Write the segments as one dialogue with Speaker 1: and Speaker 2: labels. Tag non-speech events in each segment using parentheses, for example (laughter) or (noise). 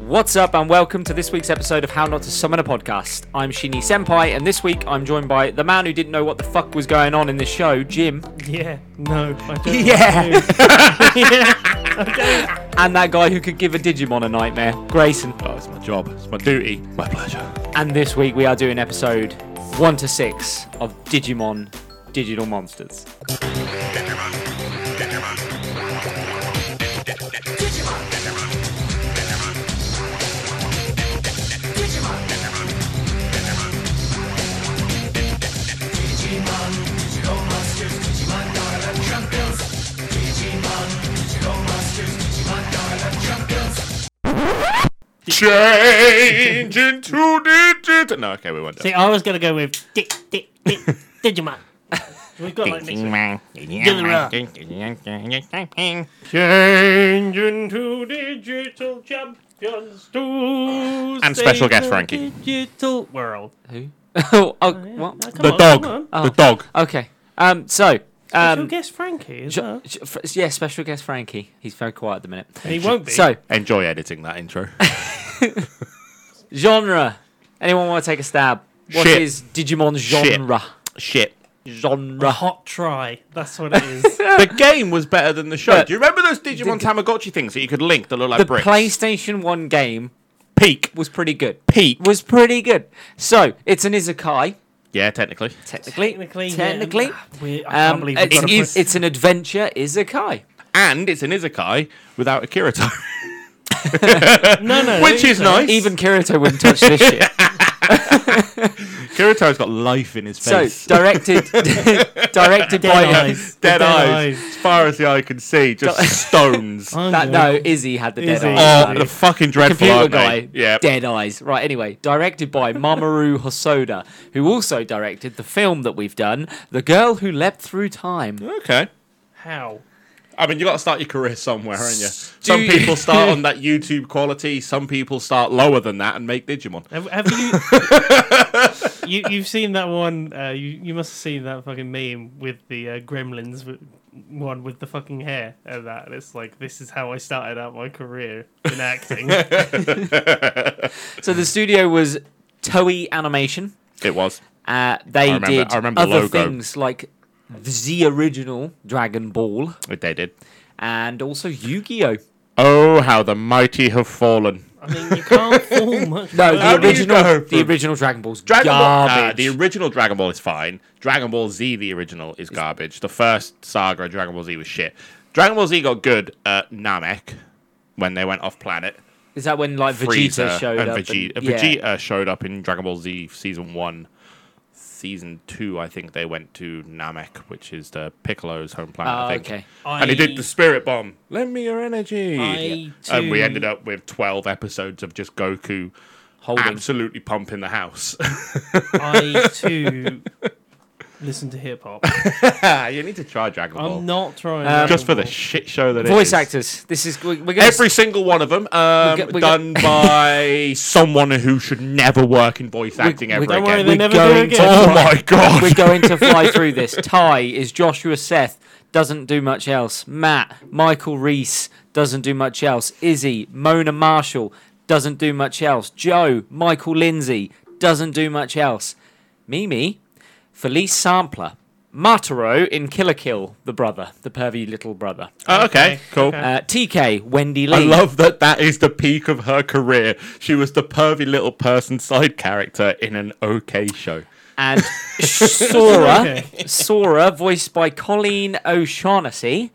Speaker 1: What's up, and welcome to this week's episode of How Not to Summon a Podcast. I'm Shinny Senpai, and this week I'm joined by the man who didn't know what the fuck was going on in this show, Jim.
Speaker 2: Yeah, no, I
Speaker 3: (laughs)
Speaker 2: don't.
Speaker 1: (laughs) Yeah.
Speaker 2: yeah, okay.
Speaker 1: And that guy who could give a Digimon a nightmare, Grayson.
Speaker 3: Oh, it's my job. It's my duty. My pleasure.
Speaker 1: And this week we are doing episode 1 to 6 of Digimon Digital Monsters.
Speaker 3: Change into digit. No, okay, we won't do
Speaker 2: See, I was gonna go with Dick, Dick,
Speaker 3: (laughs)
Speaker 2: Dick, Digimon. We've got like mixed- change into digital champions to
Speaker 3: And special
Speaker 2: save
Speaker 3: guest
Speaker 2: the
Speaker 3: Frankie.
Speaker 2: Digital world.
Speaker 1: Who? (laughs) oh, oh what? Oh.
Speaker 2: Now, come
Speaker 3: The
Speaker 2: on,
Speaker 3: dog.
Speaker 2: come
Speaker 3: The dog.
Speaker 1: Okay. Um, so.
Speaker 2: on. Special
Speaker 1: Um,
Speaker 2: guest Frankie as well.
Speaker 1: sh- f- yeah, special guest Frankie. He's very quiet at the minute.
Speaker 2: And he won't be.
Speaker 1: So,
Speaker 3: Enjoy editing that intro.
Speaker 1: genre. Anyone want to take a stab? What
Speaker 3: Shit.
Speaker 1: is Digimon's
Speaker 3: Shit.
Speaker 1: genre?
Speaker 3: (laughs) Shit.
Speaker 1: Genre.
Speaker 2: hot try. That's what it is.
Speaker 3: The game was better than the show.
Speaker 1: But-
Speaker 3: do you remember those Digimon Tamagotchi things that you could link that look like
Speaker 1: the
Speaker 3: bricks?
Speaker 1: PlayStation 1 game
Speaker 3: Peak.
Speaker 1: was pretty good.
Speaker 3: Peak.
Speaker 1: Was pretty good. So, it's an izakai,
Speaker 3: Yeah, technically.
Speaker 1: technically.
Speaker 2: (laughs) Technically, yeah. Um,
Speaker 1: Technically.
Speaker 2: We- I can't believe we've
Speaker 1: it's,
Speaker 2: got a
Speaker 1: it's,
Speaker 2: pro-
Speaker 1: it's an adventure izakai.
Speaker 3: And it's an izakai without a Kirito, (laughs)
Speaker 2: no, no.
Speaker 3: which is nice.
Speaker 1: Even Kirito wouldn't touch this
Speaker 3: (laughs)
Speaker 1: shit.
Speaker 3: Kirito's got life in his
Speaker 1: So,
Speaker 3: face.
Speaker 1: directed (laughs) directed
Speaker 2: Dead
Speaker 1: by
Speaker 2: eyes.
Speaker 3: dead,
Speaker 2: Dead
Speaker 3: eyes, Oh.
Speaker 2: eyes.
Speaker 3: as far as the eye can see, just (laughs) stones.
Speaker 2: I'm
Speaker 1: That,
Speaker 2: gonna-
Speaker 1: no, Izzy had the dead
Speaker 2: Izzy.
Speaker 1: eyes.
Speaker 3: Oh, the fucking dreadful
Speaker 1: Computer
Speaker 3: aren't they?
Speaker 1: guy,
Speaker 3: Yeah.
Speaker 1: Dead Eyes. Right, anyway, directed by
Speaker 3: (laughs)
Speaker 1: Mamoru Hosoda, who also directed the film that we've done, The Girl Who Leapt Through Time.
Speaker 3: Okay.
Speaker 2: How?
Speaker 3: I mean, you got to start your career somewhere, aren't you? Some
Speaker 1: you-
Speaker 3: people start on that YouTube quality. Some people start lower than that and make Digimon.
Speaker 2: Have, have you,
Speaker 3: (laughs)
Speaker 2: you? You've seen that one? Uh, you you must have seen that fucking meme with the uh, Gremlins w- one with the fucking hair and that. And it's like this is how I started out my career in
Speaker 3: (laughs)
Speaker 2: acting.
Speaker 1: So the studio was Toei Animation.
Speaker 3: It was.
Speaker 1: Uh, they
Speaker 3: remember-
Speaker 1: did
Speaker 3: I remember the
Speaker 1: other
Speaker 3: logo.
Speaker 1: things like the original Dragon Ball
Speaker 3: It- They did.
Speaker 1: and also Yu-Gi-Oh.
Speaker 3: Oh, how the mighty have fallen.
Speaker 2: I mean, you can't fool much.
Speaker 1: No,
Speaker 2: further.
Speaker 1: the
Speaker 3: do you go
Speaker 1: original, the
Speaker 3: from-
Speaker 1: original Dragon Ball's
Speaker 3: Dragon Ball.
Speaker 1: garbage.
Speaker 3: Nah, Uh, the original Dragon Ball is fine. Dragon Ball Z, the original, is garbage. The first saga of Dragon Ball Z was shit. Dragon Ball Z got good at Namek when they went off planet.
Speaker 1: Is that when like Vegeta
Speaker 3: Frieza
Speaker 1: showed
Speaker 3: and
Speaker 1: up?
Speaker 3: Vegeta,
Speaker 1: and- yeah.
Speaker 3: Vegeta showed up in Dragon Ball Z season one. Season two, I think they went to Namek, which is the Piccolo's home planet.
Speaker 1: Oh,
Speaker 3: I think.
Speaker 1: okay.
Speaker 3: And he did
Speaker 2: I-
Speaker 3: the spirit bomb. Lend me your energy.
Speaker 2: I
Speaker 3: And Um, we
Speaker 2: too-
Speaker 3: ended up with twelve episodes of just Goku
Speaker 1: Holding.
Speaker 3: absolutely pumping the house. (laughs)
Speaker 2: I too listen to hip
Speaker 3: (laughs)
Speaker 2: hop.
Speaker 3: you need to try Dragon Ball.
Speaker 2: I'm not trying.
Speaker 3: um, just for the
Speaker 2: Dragon
Speaker 3: shit show that it
Speaker 1: Voice
Speaker 3: is.
Speaker 1: actors. This is we- we're going
Speaker 3: Every single one of them um,
Speaker 1: We got- we got-
Speaker 3: done by someone who should never work in voice acting
Speaker 1: we-
Speaker 3: ever
Speaker 1: don't
Speaker 2: Ball. Don't
Speaker 3: again.
Speaker 2: worry, they
Speaker 1: We're
Speaker 2: never do
Speaker 1: going
Speaker 2: again.
Speaker 1: to-
Speaker 3: Oh my god!
Speaker 1: We're going to fly through this. Ty is Joshua Seth, doesn't do much else. Matt, Michael Reese, doesn't do much else. Izzy, Mona Marshall, doesn't do much else. Joe, Michael Lindsay, doesn't do much else. Mimi, Felice Sampler. Mataro in Killer Kill, the brother, the pervy little brother.
Speaker 3: Oh, (laughs) okay,
Speaker 2: Okay,
Speaker 3: cool.
Speaker 2: okay.
Speaker 1: Uh, TK, Wendy Lee.
Speaker 3: I love that that is the peak of her career. She was the pervy little person side character in an okay show.
Speaker 1: and
Speaker 3: (laughs)
Speaker 1: Sora,
Speaker 2: Okay.
Speaker 1: Sora, voiced by Colleen O'Shaughnessy,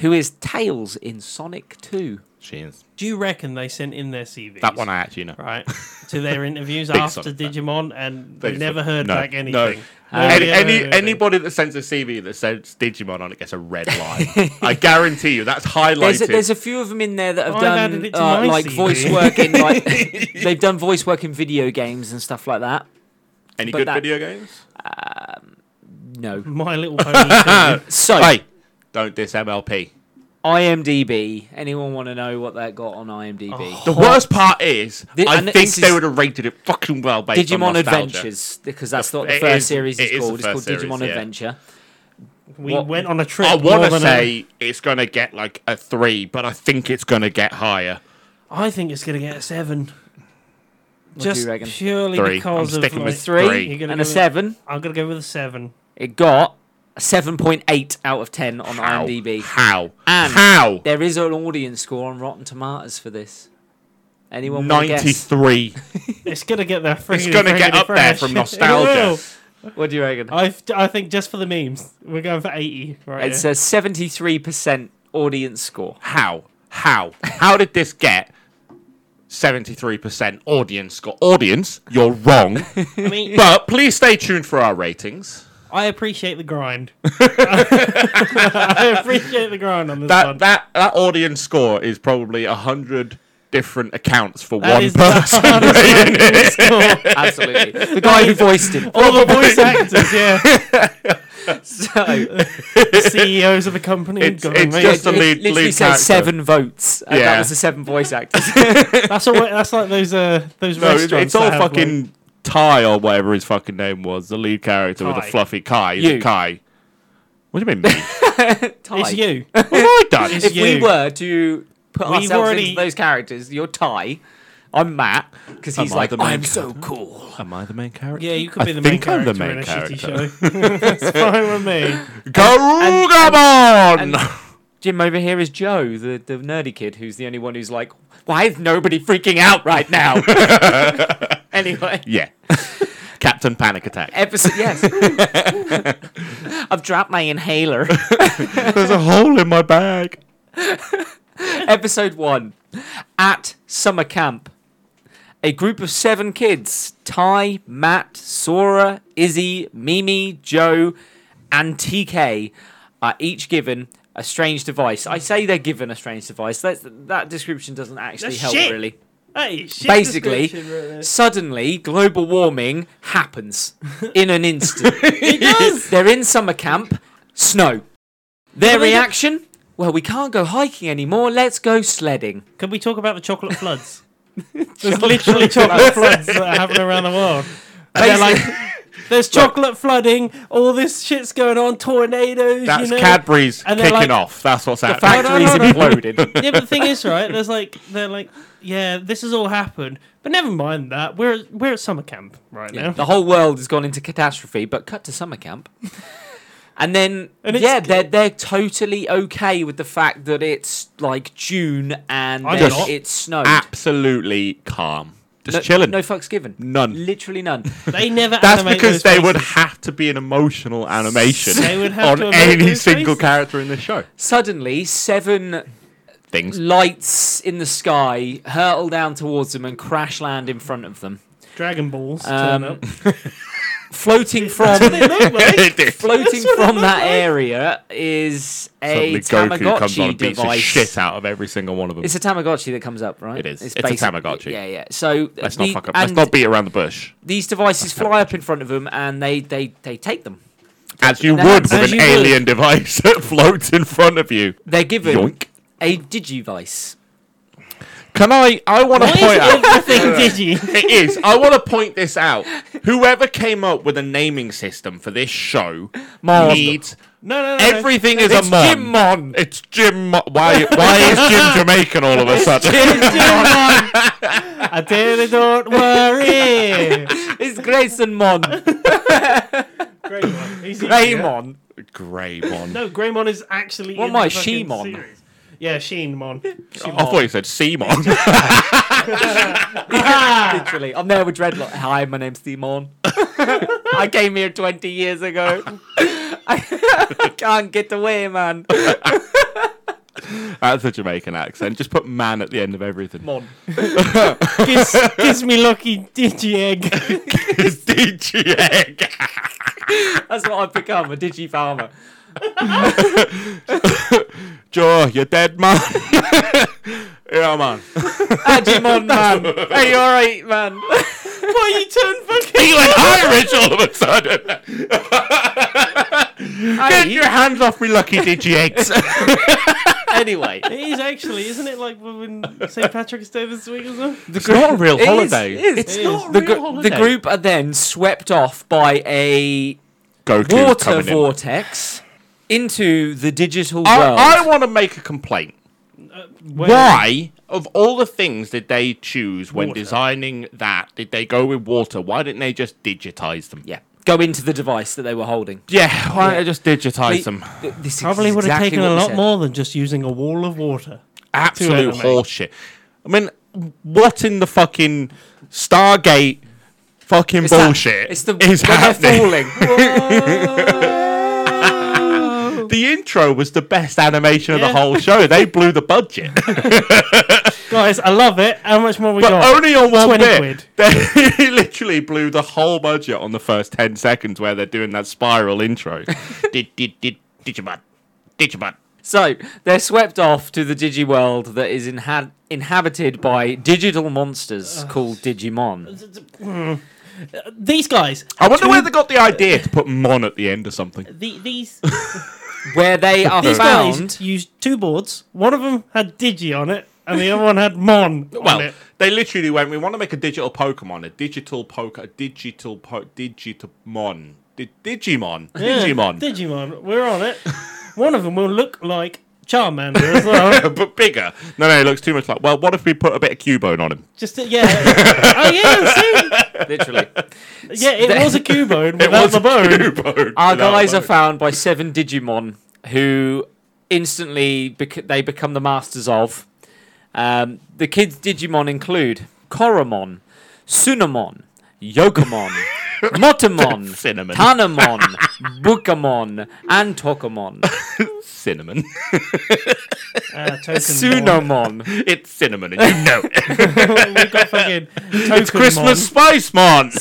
Speaker 1: who is Tails in Sonic 2.
Speaker 3: She is.
Speaker 2: Do you reckon they sent in their CVs?
Speaker 3: That one I actually know.
Speaker 2: Right to
Speaker 3: (laughs)
Speaker 2: their interviews
Speaker 3: Big
Speaker 2: after
Speaker 3: Sonic fan.
Speaker 2: Digimon, and
Speaker 3: They
Speaker 2: we
Speaker 3: just
Speaker 2: never
Speaker 3: like,
Speaker 2: heard
Speaker 3: no,
Speaker 2: back anything.
Speaker 3: no.
Speaker 2: Nobody
Speaker 3: Any,
Speaker 2: ever
Speaker 3: any,
Speaker 2: heard anything.
Speaker 3: anybody that sends a CV that says Digimon on it gets a red line. I guarantee you, that's highlighted.
Speaker 1: There's a, there's a few of them in there that have
Speaker 2: I've added
Speaker 1: done
Speaker 2: it to
Speaker 1: uh,
Speaker 2: my
Speaker 1: like
Speaker 2: CV.
Speaker 1: voice work in
Speaker 2: (laughs)
Speaker 1: like they've done voice work in video games and stuff like that.
Speaker 3: Any
Speaker 1: but
Speaker 3: good
Speaker 1: that-
Speaker 3: video games?
Speaker 1: No,
Speaker 2: My Little Pony.
Speaker 1: so
Speaker 3: Hey, don't diss MLP.
Speaker 1: IMDb. Anyone want to know what that got on
Speaker 2: Oh,
Speaker 1: IMDb?
Speaker 3: The worst part is,
Speaker 1: Thi-
Speaker 3: I
Speaker 1: and
Speaker 3: think
Speaker 1: this
Speaker 3: they
Speaker 1: is-
Speaker 3: would have rated it fucking well based on
Speaker 1: Digimon
Speaker 3: nostalgia.
Speaker 1: Adventures, because that's not the
Speaker 3: It
Speaker 1: first
Speaker 3: is-
Speaker 1: series
Speaker 3: it
Speaker 1: it's
Speaker 3: is the
Speaker 1: called. It's
Speaker 3: first
Speaker 1: called
Speaker 3: series,
Speaker 1: Digimon
Speaker 3: yeah.
Speaker 1: Adventure.
Speaker 3: (laughs)
Speaker 2: we
Speaker 1: What-
Speaker 2: went on a trip.
Speaker 3: I
Speaker 2: more
Speaker 3: want to
Speaker 2: than a-
Speaker 3: say it's going to get like a three, but I think it's going to get higher.
Speaker 2: I think it's gonna get a seven.
Speaker 1: do
Speaker 2: Just
Speaker 1: you reckon?
Speaker 2: purely
Speaker 3: Three.
Speaker 2: because
Speaker 3: I'm
Speaker 2: of
Speaker 3: sticking
Speaker 2: like,
Speaker 3: with
Speaker 1: Three,
Speaker 3: Three.
Speaker 2: You're gonna
Speaker 1: and a
Speaker 2: go with-
Speaker 1: seven.
Speaker 2: I'm gonna go with a seven.
Speaker 1: It got a 7.8 out of 10 on
Speaker 3: How?
Speaker 1: IMDb.
Speaker 3: How?
Speaker 1: And-
Speaker 3: How?
Speaker 1: There is an audience score on Rotten Tomatoes for this. Anyone want to guess?
Speaker 3: 93.
Speaker 2: It's gonna get there.
Speaker 3: It's gonna get up
Speaker 2: (laughs)
Speaker 3: there from nostalgia.
Speaker 1: What do you reckon?
Speaker 2: I I think just for the memes, we're going for eighty. Right.
Speaker 1: It says 73% audience score.
Speaker 3: How? How? How did this get 73% audience score? Audience,
Speaker 1: (laughs)
Speaker 3: you're wrong.
Speaker 2: here. I mean,
Speaker 3: but please stay tuned for our ratings.
Speaker 2: I appreciate the
Speaker 3: (laughs)
Speaker 2: grind. (laughs) I appreciate the grind on this one.
Speaker 3: (laughs) That that that audience score is probably a hundred different accounts for
Speaker 2: That
Speaker 3: one
Speaker 2: is the
Speaker 1: (laughs)
Speaker 3: person.
Speaker 2: hardest
Speaker 3: rating.
Speaker 2: Score.
Speaker 3: (laughs)
Speaker 1: Absolutely. the guy who voiced him.
Speaker 3: Oh,
Speaker 2: All the voice actors,
Speaker 1: (laughs)
Speaker 2: yeah,
Speaker 3: (laughs)
Speaker 1: So,
Speaker 2: the CEOs of the company.
Speaker 3: It's-
Speaker 2: God,
Speaker 3: it's
Speaker 2: mate.
Speaker 3: just a
Speaker 1: it
Speaker 3: lead-
Speaker 1: literally
Speaker 3: lead
Speaker 1: says
Speaker 3: character.
Speaker 1: seven votes. And
Speaker 3: Yeah.
Speaker 1: That was the seven voice actors.
Speaker 2: that's all. That's like those uh those
Speaker 3: no, it's,
Speaker 2: restaurants.
Speaker 3: it's all
Speaker 2: that have,
Speaker 3: fucking
Speaker 2: like-
Speaker 3: Ty or whatever his fucking name was, the lead character with
Speaker 2: Kai.
Speaker 3: the fluffy Kai. Is
Speaker 1: You.
Speaker 3: it Kai? What do you mean me?
Speaker 1: Tie.
Speaker 2: (laughs) it's you.
Speaker 3: what have I done?
Speaker 2: It's
Speaker 1: If we
Speaker 2: you.
Speaker 1: were to put
Speaker 2: We've
Speaker 1: ourselves
Speaker 2: already-
Speaker 1: into those characters, you're Ty. I'm Matt because he's
Speaker 3: Am I
Speaker 1: like,
Speaker 3: the main
Speaker 1: I'm so cool.
Speaker 3: Am I the main character?
Speaker 2: Yeah, you could be
Speaker 3: I
Speaker 2: the main
Speaker 3: think I'm
Speaker 2: character
Speaker 3: the main
Speaker 2: in a
Speaker 3: character.
Speaker 2: shitty show.
Speaker 3: (laughs)
Speaker 2: That's fine with me.
Speaker 3: Garugabon!
Speaker 1: and- Jim over here is Joe, the, the nerdy kid who's the only one who's like, why is nobody freaking out right now?
Speaker 3: (laughs)
Speaker 1: anyway,
Speaker 3: (laughs)
Speaker 2: (laughs)
Speaker 3: yeah. Captain Panic Attack.
Speaker 1: episode yes.
Speaker 3: (laughs)
Speaker 1: I've dropped my inhaler.
Speaker 3: There's a hole in my bag.
Speaker 1: (laughs) episode one. At summer camp, a group of seven kids Ty, Matt, Sora, Izzy, Mimi, Joe, and TK are each given a strange device. I say they're given a strange device. That's, that description doesn't actually
Speaker 2: That's
Speaker 1: help,
Speaker 2: shit.
Speaker 1: really.
Speaker 2: Hey, shit
Speaker 1: Basically,
Speaker 2: description right there.
Speaker 1: suddenly global warming (laughs) happens in an instant. it does. (laughs) They're in summer camp, snow. Their
Speaker 2: Well, they-
Speaker 1: reaction? Well, we can't go hiking anymore. Let's go sledding.
Speaker 2: Can we talk about the chocolate floods? (laughs) There's literally chocolate floods that are happening around the world. And they're like, (laughs) there's chocolate flooding, all this shit's going on, tornadoes.
Speaker 3: That's
Speaker 2: you know?
Speaker 3: Cadbury's
Speaker 2: and
Speaker 3: kicking
Speaker 2: they're like-
Speaker 3: off. That's what's
Speaker 1: The
Speaker 3: happening.
Speaker 1: factories
Speaker 2: no, no.
Speaker 1: imploded.
Speaker 2: Yeah, but the thing is, right? There's like, they're like, yeah, this has all happened, but never mind that. We're we're at summer camp right now. (laughs)
Speaker 1: the whole world has gone into catastrophe, but cut to summer camp. And then,
Speaker 2: And it's-
Speaker 1: yeah, they're, they're totally okay with the fact that it's like June and
Speaker 2: I'm
Speaker 1: then
Speaker 2: not.
Speaker 1: it's snowed.
Speaker 3: (laughs) Absolutely calm. Just
Speaker 1: no,
Speaker 3: chilling.
Speaker 1: No fucks given.
Speaker 3: None.
Speaker 1: Literally none.
Speaker 2: They never.
Speaker 3: That's
Speaker 2: animate
Speaker 3: because
Speaker 2: those
Speaker 3: they would
Speaker 2: faces.
Speaker 3: have to be an emotional animation
Speaker 2: They would have
Speaker 3: on
Speaker 2: to animate
Speaker 3: any
Speaker 2: those
Speaker 3: single
Speaker 2: faces.
Speaker 3: character in this show.
Speaker 1: Suddenly, seven
Speaker 3: (laughs) Things.
Speaker 1: lights in the sky hurtle down towards them and crash land in front of them.
Speaker 2: Dragon Balls
Speaker 1: Um,
Speaker 2: turn
Speaker 1: (laughs)
Speaker 2: up.
Speaker 1: Floating
Speaker 2: (laughs)
Speaker 1: from
Speaker 2: They look like-
Speaker 1: floating
Speaker 2: That's what it
Speaker 1: from
Speaker 2: looked
Speaker 1: that
Speaker 2: like.
Speaker 1: area is a
Speaker 3: Suddenly Goku comes on
Speaker 1: Tamagotchi
Speaker 3: and beats the
Speaker 1: device.
Speaker 3: shit out of every single one of them.
Speaker 1: It's a Tamagotchi that comes up, right?
Speaker 3: It is. It's a Tamagotchi.
Speaker 1: Yeah, yeah. So
Speaker 3: Let's not
Speaker 1: the-
Speaker 3: fuck up.
Speaker 1: And
Speaker 3: Let's not beat around the bush.
Speaker 1: these devices fly up in front of them, and they they they take them.
Speaker 3: As you
Speaker 1: Now,
Speaker 3: would with
Speaker 1: as
Speaker 3: an
Speaker 1: you would.
Speaker 3: alien device (laughs) that floats in front of you.
Speaker 1: They're given
Speaker 3: Yoink.
Speaker 1: a digivice.
Speaker 3: Can I? I want to
Speaker 2: Why is
Speaker 3: point out.
Speaker 1: (laughs)
Speaker 2: everything digi?
Speaker 3: (laughs) it is. I want to point this out. Whoever came up with a naming system for this show
Speaker 1: Mon.
Speaker 3: needs
Speaker 2: No, no, no. no.
Speaker 3: everything is
Speaker 1: It's
Speaker 3: a mon.
Speaker 1: Jim Mon.
Speaker 3: It's Jim. Mon. (laughs) Why? Why is Jim Jamaican all of a (laughs) sudden?
Speaker 1: (laughs)
Speaker 2: I did it, don't worry.
Speaker 1: It's Grayson
Speaker 3: (laughs)
Speaker 1: Mon.
Speaker 2: (laughs) Greymon. He's easy, yeah.
Speaker 1: Raymon.
Speaker 3: Greymon.
Speaker 2: No, Greymon is actually.
Speaker 1: What
Speaker 2: in
Speaker 1: am I,
Speaker 2: the fucking
Speaker 1: Shemon? Oh.
Speaker 2: series. Yeah,
Speaker 1: (laughs)
Speaker 2: Sheenmon.
Speaker 3: I thought you said Seamon. Ah!
Speaker 1: Literally, I'm there with dreadlock. Hi, my name's Simon. (laughs) I came here 20 years ago. (laughs) I can't get away, man.
Speaker 3: (laughs) That's a Jamaican accent. Just put man at the end of everything.
Speaker 1: Mon.
Speaker 2: Kiss,
Speaker 1: (laughs)
Speaker 2: kiss me lucky digi egg. (laughs)
Speaker 3: It's DGA.
Speaker 1: That's what I've become, a digi farmer.
Speaker 3: Joe, you're dead, man. yeah, man. (laughs)
Speaker 1: Digimon man. Hey, you alright, man?
Speaker 2: Why you turn
Speaker 1: (laughs)
Speaker 2: fucking?
Speaker 3: He went (laughs) Irish all of a sudden. Get your hands off me, lucky digi (laughs) eggs.
Speaker 1: Anyway.
Speaker 2: It is actually, isn't it? Like when St. Patrick's Day this week or something.
Speaker 3: It's not a real
Speaker 1: It is,
Speaker 3: holiday.
Speaker 1: it is.
Speaker 3: It's
Speaker 2: It
Speaker 3: not
Speaker 2: is.
Speaker 3: a
Speaker 1: The,
Speaker 3: real
Speaker 1: gr-
Speaker 3: holiday.
Speaker 1: the group are then swept off by a
Speaker 3: Goku's
Speaker 1: water
Speaker 3: coming in. Oh,
Speaker 1: vortex into the digital world.
Speaker 3: I, I want to make a complaint.
Speaker 2: Where-
Speaker 3: Why of all the things did they choose when
Speaker 2: Water.
Speaker 3: designing that? Did they go with water? Why didn't they just digitize them?
Speaker 1: Yeah. Go into the device that they were holding.
Speaker 3: Yeah, why don't they just digitize
Speaker 1: They-
Speaker 3: them?
Speaker 1: th- this is
Speaker 2: Probably would have
Speaker 1: exactly
Speaker 2: taken
Speaker 1: what
Speaker 2: a
Speaker 1: we
Speaker 2: lot
Speaker 1: said.
Speaker 2: more than just using a wall of water.
Speaker 3: Absolute
Speaker 2: mate.
Speaker 3: horseshit. I mean, what in the fucking Stargate fucking
Speaker 1: It's that-
Speaker 3: bullshit
Speaker 1: it's the
Speaker 3: is
Speaker 1: when they're
Speaker 3: happening?
Speaker 1: falling. (laughs)
Speaker 3: (laughs)
Speaker 1: Whoa.
Speaker 3: The intro was the best animation of
Speaker 2: Yeah.
Speaker 3: the whole show. They blew the
Speaker 1: (laughs)
Speaker 3: budget,
Speaker 2: Guys, I love it. How much more we
Speaker 3: but
Speaker 2: got?
Speaker 3: only on one
Speaker 2: 20
Speaker 3: bit.
Speaker 2: quid.
Speaker 3: (laughs) They literally blew the whole budget on the first ten seconds where they're doing that
Speaker 1: (laughs)
Speaker 3: spiral intro. did did did Digimon, Digimon.
Speaker 1: so they're swept off to the digi world that is inha- inhabited by digital monsters called Digimon.
Speaker 2: These guys.
Speaker 3: I wonder
Speaker 2: Two-
Speaker 3: where they got the idea to put Mon at the end of something.
Speaker 2: the, these
Speaker 1: Where they are
Speaker 2: these
Speaker 1: found.
Speaker 3: (laughs)
Speaker 2: guys used two boards. One of them had Digi on it, and the other one had Mon on
Speaker 3: Well,
Speaker 2: it.
Speaker 3: they literally went. We want to make a digital Pokemon, a digital poke, a digital po- Digitamon, Di- Digimon,
Speaker 2: Yeah,
Speaker 3: Digimon,
Speaker 2: Digimon. We're on it. one of them will look like Charmander
Speaker 1: (laughs)
Speaker 2: as well.
Speaker 3: (laughs) but bigger. No, no, it looks too much like. Well, what if we put a bit of Cubone on him? (laughs)
Speaker 2: Just to- yeah. oh yeah.
Speaker 1: Literally.
Speaker 2: See? Yeah, it was
Speaker 1: (laughs)
Speaker 2: a Cubone
Speaker 3: It
Speaker 2: without
Speaker 3: was
Speaker 2: the bone.
Speaker 3: Cubone.
Speaker 1: Our
Speaker 3: without
Speaker 1: guys
Speaker 3: the
Speaker 1: are
Speaker 3: bone.
Speaker 1: found by seven Digimon who instantly bec- they become the masters of. Um, the kids' Digimon include Koromon, Sunamon,
Speaker 3: (laughs)
Speaker 1: Yokomon, Motomon,
Speaker 3: Cinnamon.
Speaker 1: Tanamon, Bukamon, and Tokomon.
Speaker 3: cinnamon. (laughs)
Speaker 1: (laughs)
Speaker 2: Uh, token Mon.
Speaker 1: Sunomon,
Speaker 3: it's cinnamon, and you know it.
Speaker 2: (laughs)
Speaker 1: (laughs)
Speaker 2: We've got fucking
Speaker 3: it's Christmas spice, Mon.
Speaker 1: (laughs)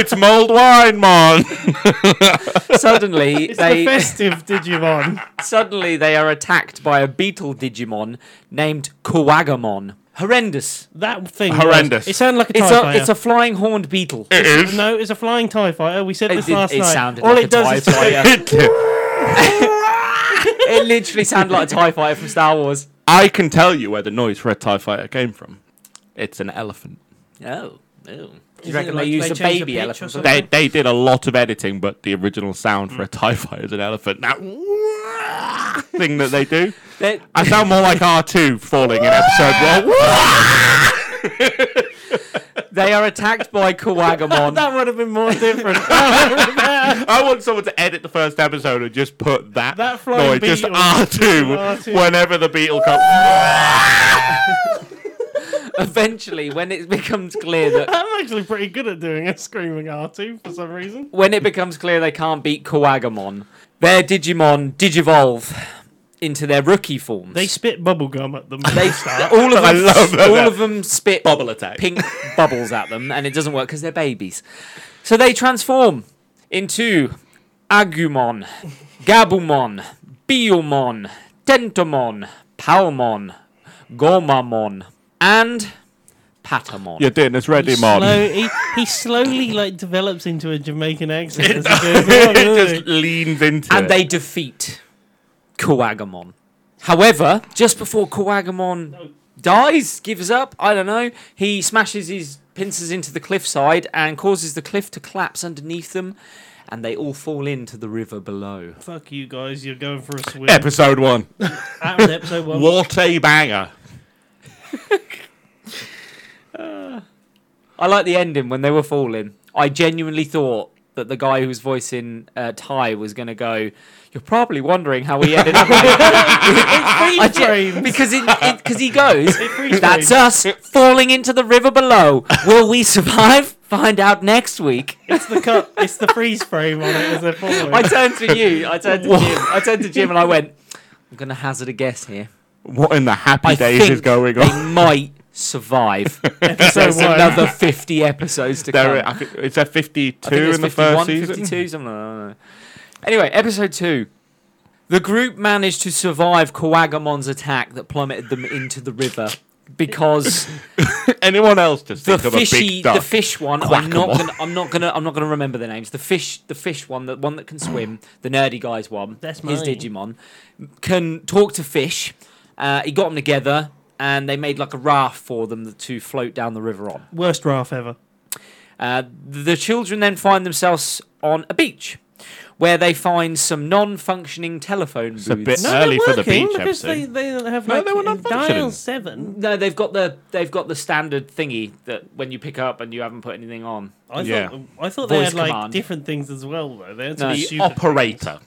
Speaker 3: it's mulled wine, Mon. (laughs)
Speaker 1: suddenly
Speaker 2: (laughs) It's the
Speaker 1: they
Speaker 2: festive Digimon.
Speaker 1: (laughs) suddenly they are attacked by a beetle Digimon named Kowagamon. Horrendous.
Speaker 2: That thing.
Speaker 3: Horrendous.
Speaker 2: Was, it sounded like a tie
Speaker 1: It's
Speaker 2: fighter.
Speaker 1: a it's a flying horned beetle.
Speaker 3: It is. (laughs)
Speaker 2: no, it's a flying tie fighter. We said
Speaker 1: It
Speaker 2: this
Speaker 1: did-
Speaker 2: last
Speaker 1: it
Speaker 2: night.
Speaker 1: sounded
Speaker 2: All
Speaker 1: like a
Speaker 2: it does
Speaker 1: TIE
Speaker 2: is just say,
Speaker 1: fighter. It literally sounded like a TIE fighter from Star Wars.
Speaker 3: I can tell you where the noise for a Tie Fighter came from. It's an elephant.
Speaker 1: Oh, oh. Do you
Speaker 2: it
Speaker 1: reckon
Speaker 2: like
Speaker 1: they used
Speaker 2: they
Speaker 1: a
Speaker 2: changed the
Speaker 1: baby
Speaker 2: pitch or
Speaker 1: elephant? for
Speaker 2: something?
Speaker 1: that?
Speaker 3: They they did a lot of editing, but the original sound for a
Speaker 1: Mm.
Speaker 3: Tie Fighter is an elephant. That thing that (laughs) they do.
Speaker 1: They-
Speaker 3: I sound more like R two falling
Speaker 1: (laughs)
Speaker 3: in episode one.
Speaker 1: They are attacked by Kawagamon.
Speaker 2: (laughs) (laughs) that would have been more different.
Speaker 3: I want someone to edit the first episode and just put that,
Speaker 2: That flying
Speaker 3: noise, just
Speaker 2: beetle.
Speaker 3: R two,
Speaker 2: R2.
Speaker 3: whenever the beetle
Speaker 1: (laughs)
Speaker 3: comes.
Speaker 1: Eventually, when it becomes clear that
Speaker 2: I'm actually pretty good at doing a screaming R2 for some reason.
Speaker 1: when it becomes clear they can't beat Kawagamon, their Digimon digivolve into their rookie forms.
Speaker 2: They spit bubblegum at them.
Speaker 1: They-
Speaker 2: They start.
Speaker 1: all of
Speaker 3: I
Speaker 1: them,
Speaker 3: love that-
Speaker 1: all
Speaker 3: that
Speaker 1: of them spit
Speaker 3: bubble attack.
Speaker 1: pink (laughs) bubbles at them, and it doesn't work because they're babies. So they transform into Agumon, Gabumon, Biomon, Tentomon, Palmon, Gomamon, and Patamon.
Speaker 3: You're doing this ready, Mon.
Speaker 2: Slow, he, he slowly like develops into a Jamaican accent. As he
Speaker 3: (laughs)
Speaker 2: goes along, (laughs)
Speaker 3: it
Speaker 2: doesn't he?
Speaker 3: just leans into
Speaker 1: and
Speaker 3: it.
Speaker 1: they defeat Kawagamon. However, just before Kawagamon dies, gives up, I don't know, he smashes his pincers into the cliffside and causes the cliff to collapse underneath them, and they all fall into the river below.
Speaker 2: Fuck you guys, you're going for a swim.
Speaker 3: episode one.
Speaker 2: That was episode
Speaker 1: Um,
Speaker 2: one.
Speaker 3: What a banger.
Speaker 1: I like the ending when they were falling. I genuinely thought that the guy who was voicing uh, Ty was going to go, You're probably wondering how we ended up. here." I
Speaker 2: It's
Speaker 1: ge-
Speaker 2: freeze frames.
Speaker 1: because it, it, cause he goes,
Speaker 2: freeze
Speaker 1: That's us falling into the river below. Will we survive? Find out next week.
Speaker 2: It's the cut. It's the freeze frame on it as they're falling.
Speaker 1: I turned to you. I turned to Jim. I turned to Jim and I went, I'm going to hazard a guess here.
Speaker 3: What in the happy
Speaker 1: I
Speaker 3: days
Speaker 1: think
Speaker 3: is
Speaker 1: (laughs)
Speaker 3: going
Speaker 1: They
Speaker 3: on?
Speaker 1: might survive.
Speaker 2: episode
Speaker 1: There's another 50 episodes to
Speaker 3: There,
Speaker 1: come.
Speaker 3: I think, is there 52
Speaker 1: I think it's
Speaker 3: in the
Speaker 1: 51,
Speaker 3: first season?
Speaker 1: 52, something like that. Anyway, episode two. The group managed to survive Kawagamon's attack that plummeted them into the river because
Speaker 3: Anyone else just
Speaker 1: the
Speaker 3: think of a
Speaker 1: fishy,
Speaker 3: big duck?
Speaker 1: the fish one. I'm not
Speaker 3: Quackamole.
Speaker 1: gonna, I'm not gonna, I'm not gonna remember the names. The fish, the fish one, the one that can swim, the nerdy guy's one.
Speaker 2: That's
Speaker 1: his
Speaker 2: mine.
Speaker 1: Digimon can talk to fish. Uh, he got them together, and they made like a raft for them to float down the river on.
Speaker 2: Worst raft ever.
Speaker 1: Uh, the children then find themselves on a beach where they find some non-functioning telephone booths.
Speaker 3: a bit-
Speaker 2: No,
Speaker 3: Early
Speaker 2: they're
Speaker 3: for the
Speaker 2: working
Speaker 3: beach,
Speaker 2: because they,
Speaker 3: Epstein.
Speaker 2: they don't have
Speaker 3: No,
Speaker 2: like
Speaker 3: they were not
Speaker 2: dial
Speaker 3: functioning.
Speaker 2: seven.
Speaker 1: No, they've got the they've got the standard thingy that when you pick up and you haven't put anything on.
Speaker 2: I
Speaker 3: Yeah.
Speaker 2: thought I thought they
Speaker 1: Voice
Speaker 2: had like
Speaker 1: command.
Speaker 2: different things as well though. They had some
Speaker 1: No.
Speaker 3: The
Speaker 2: stupid
Speaker 3: operator.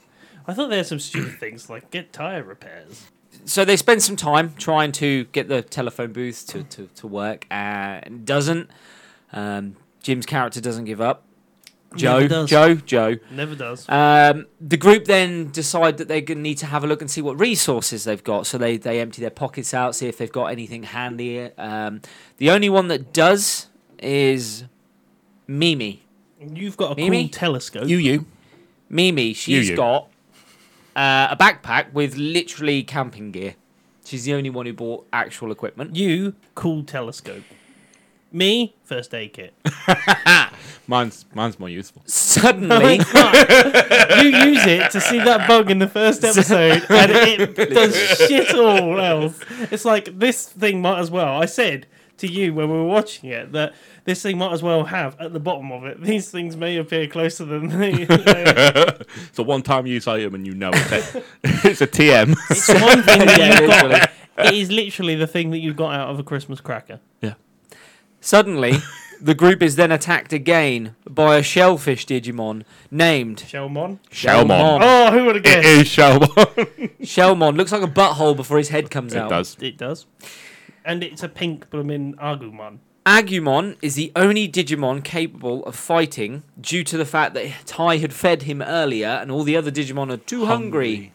Speaker 2: I thought they had some stupid things like get tire repairs.
Speaker 1: So they spend some time trying to get the telephone booth to to, to work uh, and doesn't. Um, Jim's character doesn't give up. Joe,
Speaker 2: Never does.
Speaker 1: Joe, Joe.
Speaker 2: Never does.
Speaker 1: Um, the group then decide that they gonna need to have a look and see what resources they've got. So they, they empty their pockets out, see if they've got anything handy. Um, the only one that does is Mimi.
Speaker 2: You've got a
Speaker 1: Mimi?
Speaker 2: cool telescope.
Speaker 3: you.
Speaker 1: Mimi, she's
Speaker 3: you.
Speaker 1: got uh, a backpack with literally camping gear. She's the only one who bought actual equipment.
Speaker 2: You cool telescope. Me first aid kit.
Speaker 3: Mine's mine's more useful. (laughs)
Speaker 2: (laughs)
Speaker 1: Suddenly,
Speaker 2: You use it to see that bug in the first episode, and it does shit all else. It's like this thing might as well. I said to you when we were watching it that this thing might as well have at the bottom of it. (laughs) These things may appear closer than they. they-
Speaker 3: It's a one-time use item, and you know it. (laughs) it's a TM.
Speaker 2: it's one thing that
Speaker 1: Yeah,
Speaker 2: you've
Speaker 1: literally.
Speaker 2: got. It is literally the thing that you got out of a Christmas cracker.
Speaker 3: Yeah.
Speaker 1: suddenly, the group is then attacked again by a shellfish Digimon named
Speaker 2: Shelmon.
Speaker 1: Shelmon.
Speaker 3: Shelmon.
Speaker 2: Oh, who would have
Speaker 3: It
Speaker 2: guessed?
Speaker 3: is Shelmon.
Speaker 1: Shelmon. Looks like a butthole before his head comes
Speaker 3: It
Speaker 1: out.
Speaker 3: does.
Speaker 2: It does. And it's a pink blooming Agumon.
Speaker 1: Agumon is the only Digimon capable of fighting due to the fact that Tai had fed him earlier and all the other Digimon are too hungry.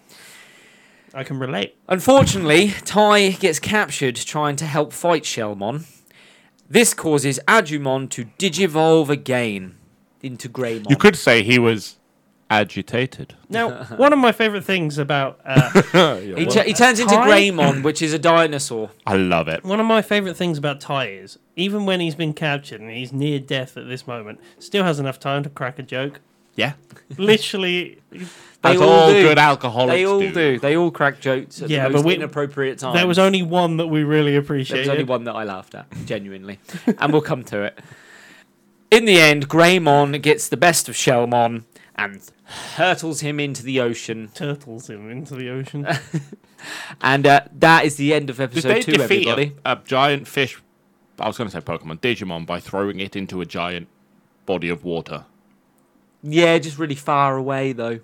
Speaker 2: I can relate.
Speaker 1: Unfortunately, Tai gets captured trying to help fight Shelmon. This causes Agumon to digivolve again into Greymon.
Speaker 3: You could say he was agitated. (laughs)
Speaker 2: Now,
Speaker 1: (laughs)
Speaker 2: one of my favourite things about uh, (laughs)
Speaker 1: he, tu- he turns into
Speaker 2: Tai-
Speaker 1: (clears throat) Greymon, which is a dinosaur.
Speaker 3: I love it.
Speaker 2: one of my favourite things about Ty is even when he's been captured and he's near death at this moment, still has enough time to crack
Speaker 1: (laughs)
Speaker 2: a joke.
Speaker 3: Yeah.
Speaker 2: Literally,
Speaker 1: They
Speaker 3: That's
Speaker 1: all
Speaker 3: all
Speaker 1: do.
Speaker 3: good alcoholics
Speaker 1: They all
Speaker 3: do.
Speaker 1: do. They all crack jokes at
Speaker 2: Yeah,
Speaker 1: the
Speaker 2: but
Speaker 1: most
Speaker 2: we-
Speaker 1: inappropriate time.
Speaker 2: there was only one that we really
Speaker 1: There
Speaker 2: appreciated.
Speaker 1: was only one that I laughed at, genuinely. and we'll come to it. In the end, Greymon gets the best of Shelmon and hurtles him into the ocean.
Speaker 2: Turtles him into
Speaker 1: (laughs)
Speaker 2: the ocean.
Speaker 1: And uh, that is the end of
Speaker 3: Did
Speaker 1: episode
Speaker 3: they
Speaker 1: two,
Speaker 3: defeat
Speaker 1: everybody.
Speaker 3: a, a giant fish? I was going to say Pokemon, Digimon, by throwing it into a giant body of water.
Speaker 1: Yeah, just really far away though.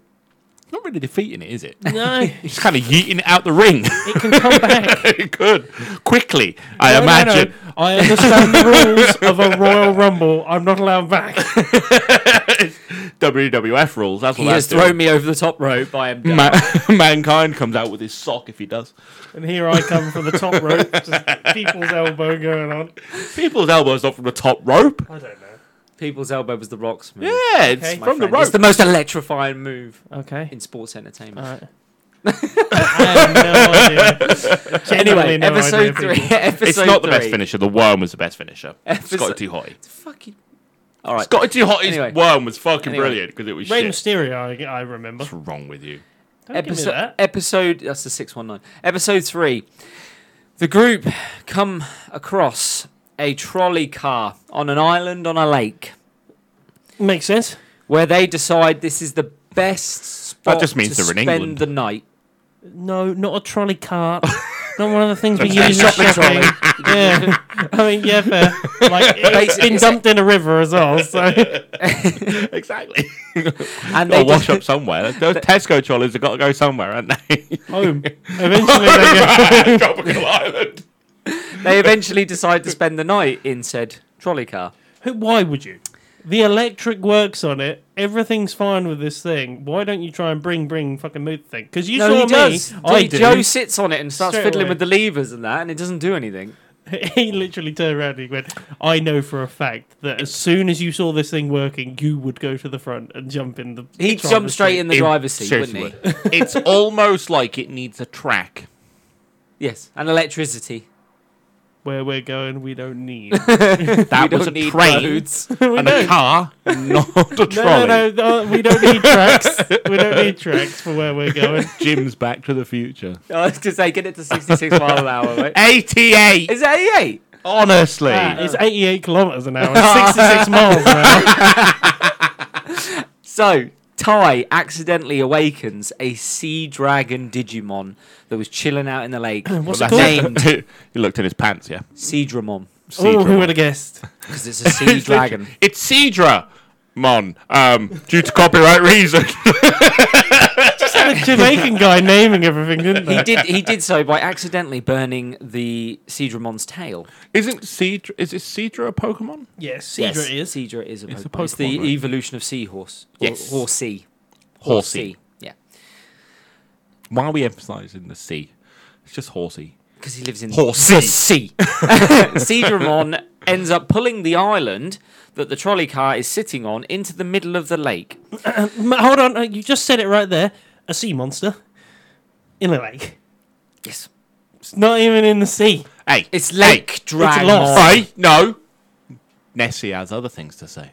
Speaker 3: Not really defeating it, is it?
Speaker 2: no,
Speaker 3: He's kind of yeeting it out the ring.
Speaker 2: it can
Speaker 1: (laughs)
Speaker 2: come
Speaker 3: (laughs)
Speaker 2: back.
Speaker 3: it could quickly. I
Speaker 2: No, no, no.
Speaker 3: imagine.
Speaker 2: I understand the rules of a Royal Rumble. I'm not allowed back.
Speaker 3: WWF rules. That's what
Speaker 1: He
Speaker 3: that's
Speaker 1: has thrown me over the top rope. I am done.
Speaker 3: (laughs) Mankind comes out with his sock if he does.
Speaker 2: And here I come from the top rope, just people's elbow going on.
Speaker 3: People's elbows not from the top rope.
Speaker 2: I don't know.
Speaker 1: People's elbow was the rocks move.
Speaker 3: Yeah, it's
Speaker 2: Okay.
Speaker 1: my
Speaker 3: from the
Speaker 1: friend. It's
Speaker 3: rope.
Speaker 1: the most electrifying move
Speaker 2: Okay.
Speaker 1: in sports entertainment. (laughs)
Speaker 2: Alright. I have no
Speaker 1: (laughs)
Speaker 2: idea.
Speaker 1: anyway,
Speaker 2: Genuinely no idea,
Speaker 1: episode three.
Speaker 2: people.
Speaker 1: (laughs) episode
Speaker 3: It's not the best
Speaker 1: three.
Speaker 3: finisher. The worm was the best finisher.
Speaker 1: Episode-
Speaker 3: Scotty T.
Speaker 1: (laughs)
Speaker 3: Hotty.
Speaker 1: It's fucking. All right.
Speaker 3: Scotty T. Hotty's
Speaker 1: Anyway.
Speaker 3: worm was fucking
Speaker 1: Anyway.
Speaker 3: brilliant because it was
Speaker 2: Rey
Speaker 3: shit.
Speaker 2: Mysterio, I, I remember.
Speaker 3: What's wrong
Speaker 1: (laughs)
Speaker 3: with you?
Speaker 2: Don't give me
Speaker 1: episode
Speaker 2: that.
Speaker 1: episode that's the 619 episode 3 the group come across a trolley car on an island on a lake
Speaker 2: Makes sense.
Speaker 1: where they decide this is the best spot
Speaker 3: just means
Speaker 1: to
Speaker 3: they're in
Speaker 1: spend
Speaker 3: England.
Speaker 1: the
Speaker 3: (laughs)
Speaker 1: night
Speaker 2: No, not a
Speaker 1: (laughs)
Speaker 2: trolley cart. Not one of the things we
Speaker 1: It's
Speaker 2: use
Speaker 1: a
Speaker 2: in
Speaker 1: (laughs) shopping
Speaker 2: shopping. yeah,
Speaker 1: (laughs)
Speaker 2: I mean, yeah, fair. Like, it's
Speaker 1: Basically,
Speaker 2: been
Speaker 1: it's
Speaker 2: dumped in a river as well,
Speaker 1: (laughs)
Speaker 2: so
Speaker 3: exactly. (laughs)
Speaker 1: and
Speaker 3: Got
Speaker 1: they
Speaker 3: to wash
Speaker 1: just,
Speaker 3: up somewhere. Those Tesco trolleys have got to go somewhere, aren't they? (laughs)
Speaker 1: (laughs)
Speaker 2: home. Eventually, they get
Speaker 3: Tropical island.
Speaker 1: (laughs) they eventually decide to spend the night in said trolley car
Speaker 2: (laughs) Who- Why would you? The electric works on it. Everything's fine with this thing. Why don't you try and bring bring fucking mood thing? Because you
Speaker 1: no
Speaker 2: saw
Speaker 1: he
Speaker 2: me.
Speaker 1: does
Speaker 2: I
Speaker 1: Joe-
Speaker 2: do.
Speaker 1: Joe sits on it and starts
Speaker 2: Straight
Speaker 1: fiddling
Speaker 2: away.
Speaker 1: with the levers and that and it doesn't do anything
Speaker 2: (laughs) he literally turned around and he went, "I know for a fact that as soon as you saw this thing working, you would go to the front and jump in the."
Speaker 1: he
Speaker 2: driver's
Speaker 1: jumped straight
Speaker 2: seat."
Speaker 1: in the driver's seat wouldn't
Speaker 3: seriously
Speaker 1: he
Speaker 3: would. it's almost like it needs a track.
Speaker 1: yes and electricity
Speaker 2: Where we're going, we don't
Speaker 1: (laughs)
Speaker 2: need.
Speaker 1: we
Speaker 3: (laughs) That
Speaker 1: don't
Speaker 3: was a
Speaker 1: need (laughs)
Speaker 3: train
Speaker 1: roads.
Speaker 3: and a car, not a trolley.
Speaker 2: no, no, no, uh, we don't need tracks. We don't need tracks for where we're
Speaker 1: (laughs)
Speaker 2: going.
Speaker 3: Jim's Back to the Future.
Speaker 1: I was gonna say, get it to 66 (laughs) mile an hour, mate.
Speaker 3: (laughs) 88!
Speaker 1: Is that 88?
Speaker 3: Honestly!
Speaker 2: Ah, it's
Speaker 1: (laughs)
Speaker 2: 88 kilometers an hour, 66 miles an hour.
Speaker 1: So, Tai accidentally awakens a sea dragon Digimon that was chilling out in the
Speaker 3: (clears throat)
Speaker 1: lake.
Speaker 2: What's it
Speaker 3: That's
Speaker 2: called?
Speaker 3: (laughs)
Speaker 1: named
Speaker 3: he looked in his pants, yeah.
Speaker 1: Seadramon
Speaker 2: Oh, who
Speaker 3: Seadra.
Speaker 2: would have guessed?
Speaker 1: because it's a
Speaker 3: (laughs)
Speaker 1: sea
Speaker 3: It's literally-
Speaker 1: dragon.
Speaker 3: It's Seadra. Mon, um, due to copyright (laughs) reason.
Speaker 2: The Jamaican guy naming everything, didn't
Speaker 1: He
Speaker 2: they?
Speaker 1: did he did so by accidentally burning the Seadramon's tail.
Speaker 3: Isn't Seadra? Is it Seadra a Pokemon?
Speaker 2: Yes,
Speaker 1: Yes,
Speaker 2: Seadra is.
Speaker 1: Seadra is a Pokemon.
Speaker 3: It's
Speaker 1: It's, the
Speaker 3: a Pokemon, right?
Speaker 1: evolution of seahorse. Or,
Speaker 3: Yes.
Speaker 1: Horsey.
Speaker 3: Horsey.
Speaker 1: Yeah.
Speaker 3: Why are we emphasising the sea? It's just horsey.
Speaker 1: Because he lives in
Speaker 3: Horsey.
Speaker 1: the (laughs) sea. Seadramon ends up pulling the island that the trolley car is sitting on into the middle of the lake.
Speaker 2: M- Hold on, uh, you just said it right there. A sea monster in a lake.
Speaker 1: Yes.
Speaker 2: It's not even in the sea.
Speaker 3: Hey,
Speaker 1: It's
Speaker 3: hey,
Speaker 1: Lake Dragon.
Speaker 2: lost.
Speaker 3: Hey, no. Nessie has other things to say.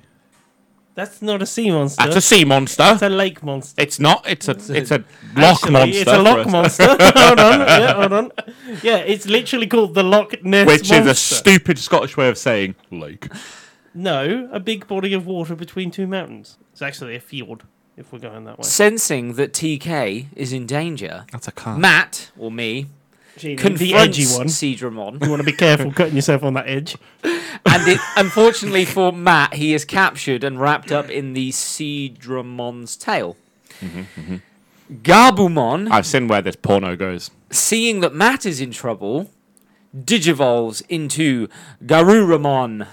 Speaker 2: That's not a sea monster.
Speaker 3: That's a sea
Speaker 2: It's
Speaker 3: monster.
Speaker 2: a lake
Speaker 3: (laughs)
Speaker 2: monster.
Speaker 3: It's not. It's a. It's a lock
Speaker 2: Actually,
Speaker 3: monster.
Speaker 2: It's a
Speaker 3: for
Speaker 2: lock
Speaker 3: us,
Speaker 2: monster. (laughs)
Speaker 3: (laughs)
Speaker 2: hold on, yeah, hold on. Yeah, it's literally called the Loch Ness
Speaker 3: Which
Speaker 2: monster.
Speaker 3: is a stupid Scottish way of saying lake.
Speaker 2: no, a big body of water between two mountains. It's actually a fjord, if we're going that way.
Speaker 1: Sensing that TK is in danger,
Speaker 3: That's a car.
Speaker 1: Matt, or me,
Speaker 2: Genie, the
Speaker 1: confronts
Speaker 2: edgy one.
Speaker 1: Seadramon.
Speaker 2: You want to be
Speaker 3: (laughs)
Speaker 2: careful cutting yourself on that edge.
Speaker 1: and it, unfortunately for Matt, he is captured and wrapped up in the Seadramon's tail.
Speaker 2: Mm-hmm,
Speaker 1: Gabumon,
Speaker 3: I've seen where this porno goes.
Speaker 1: seeing that Matt is in trouble, digivolves into Garuramon,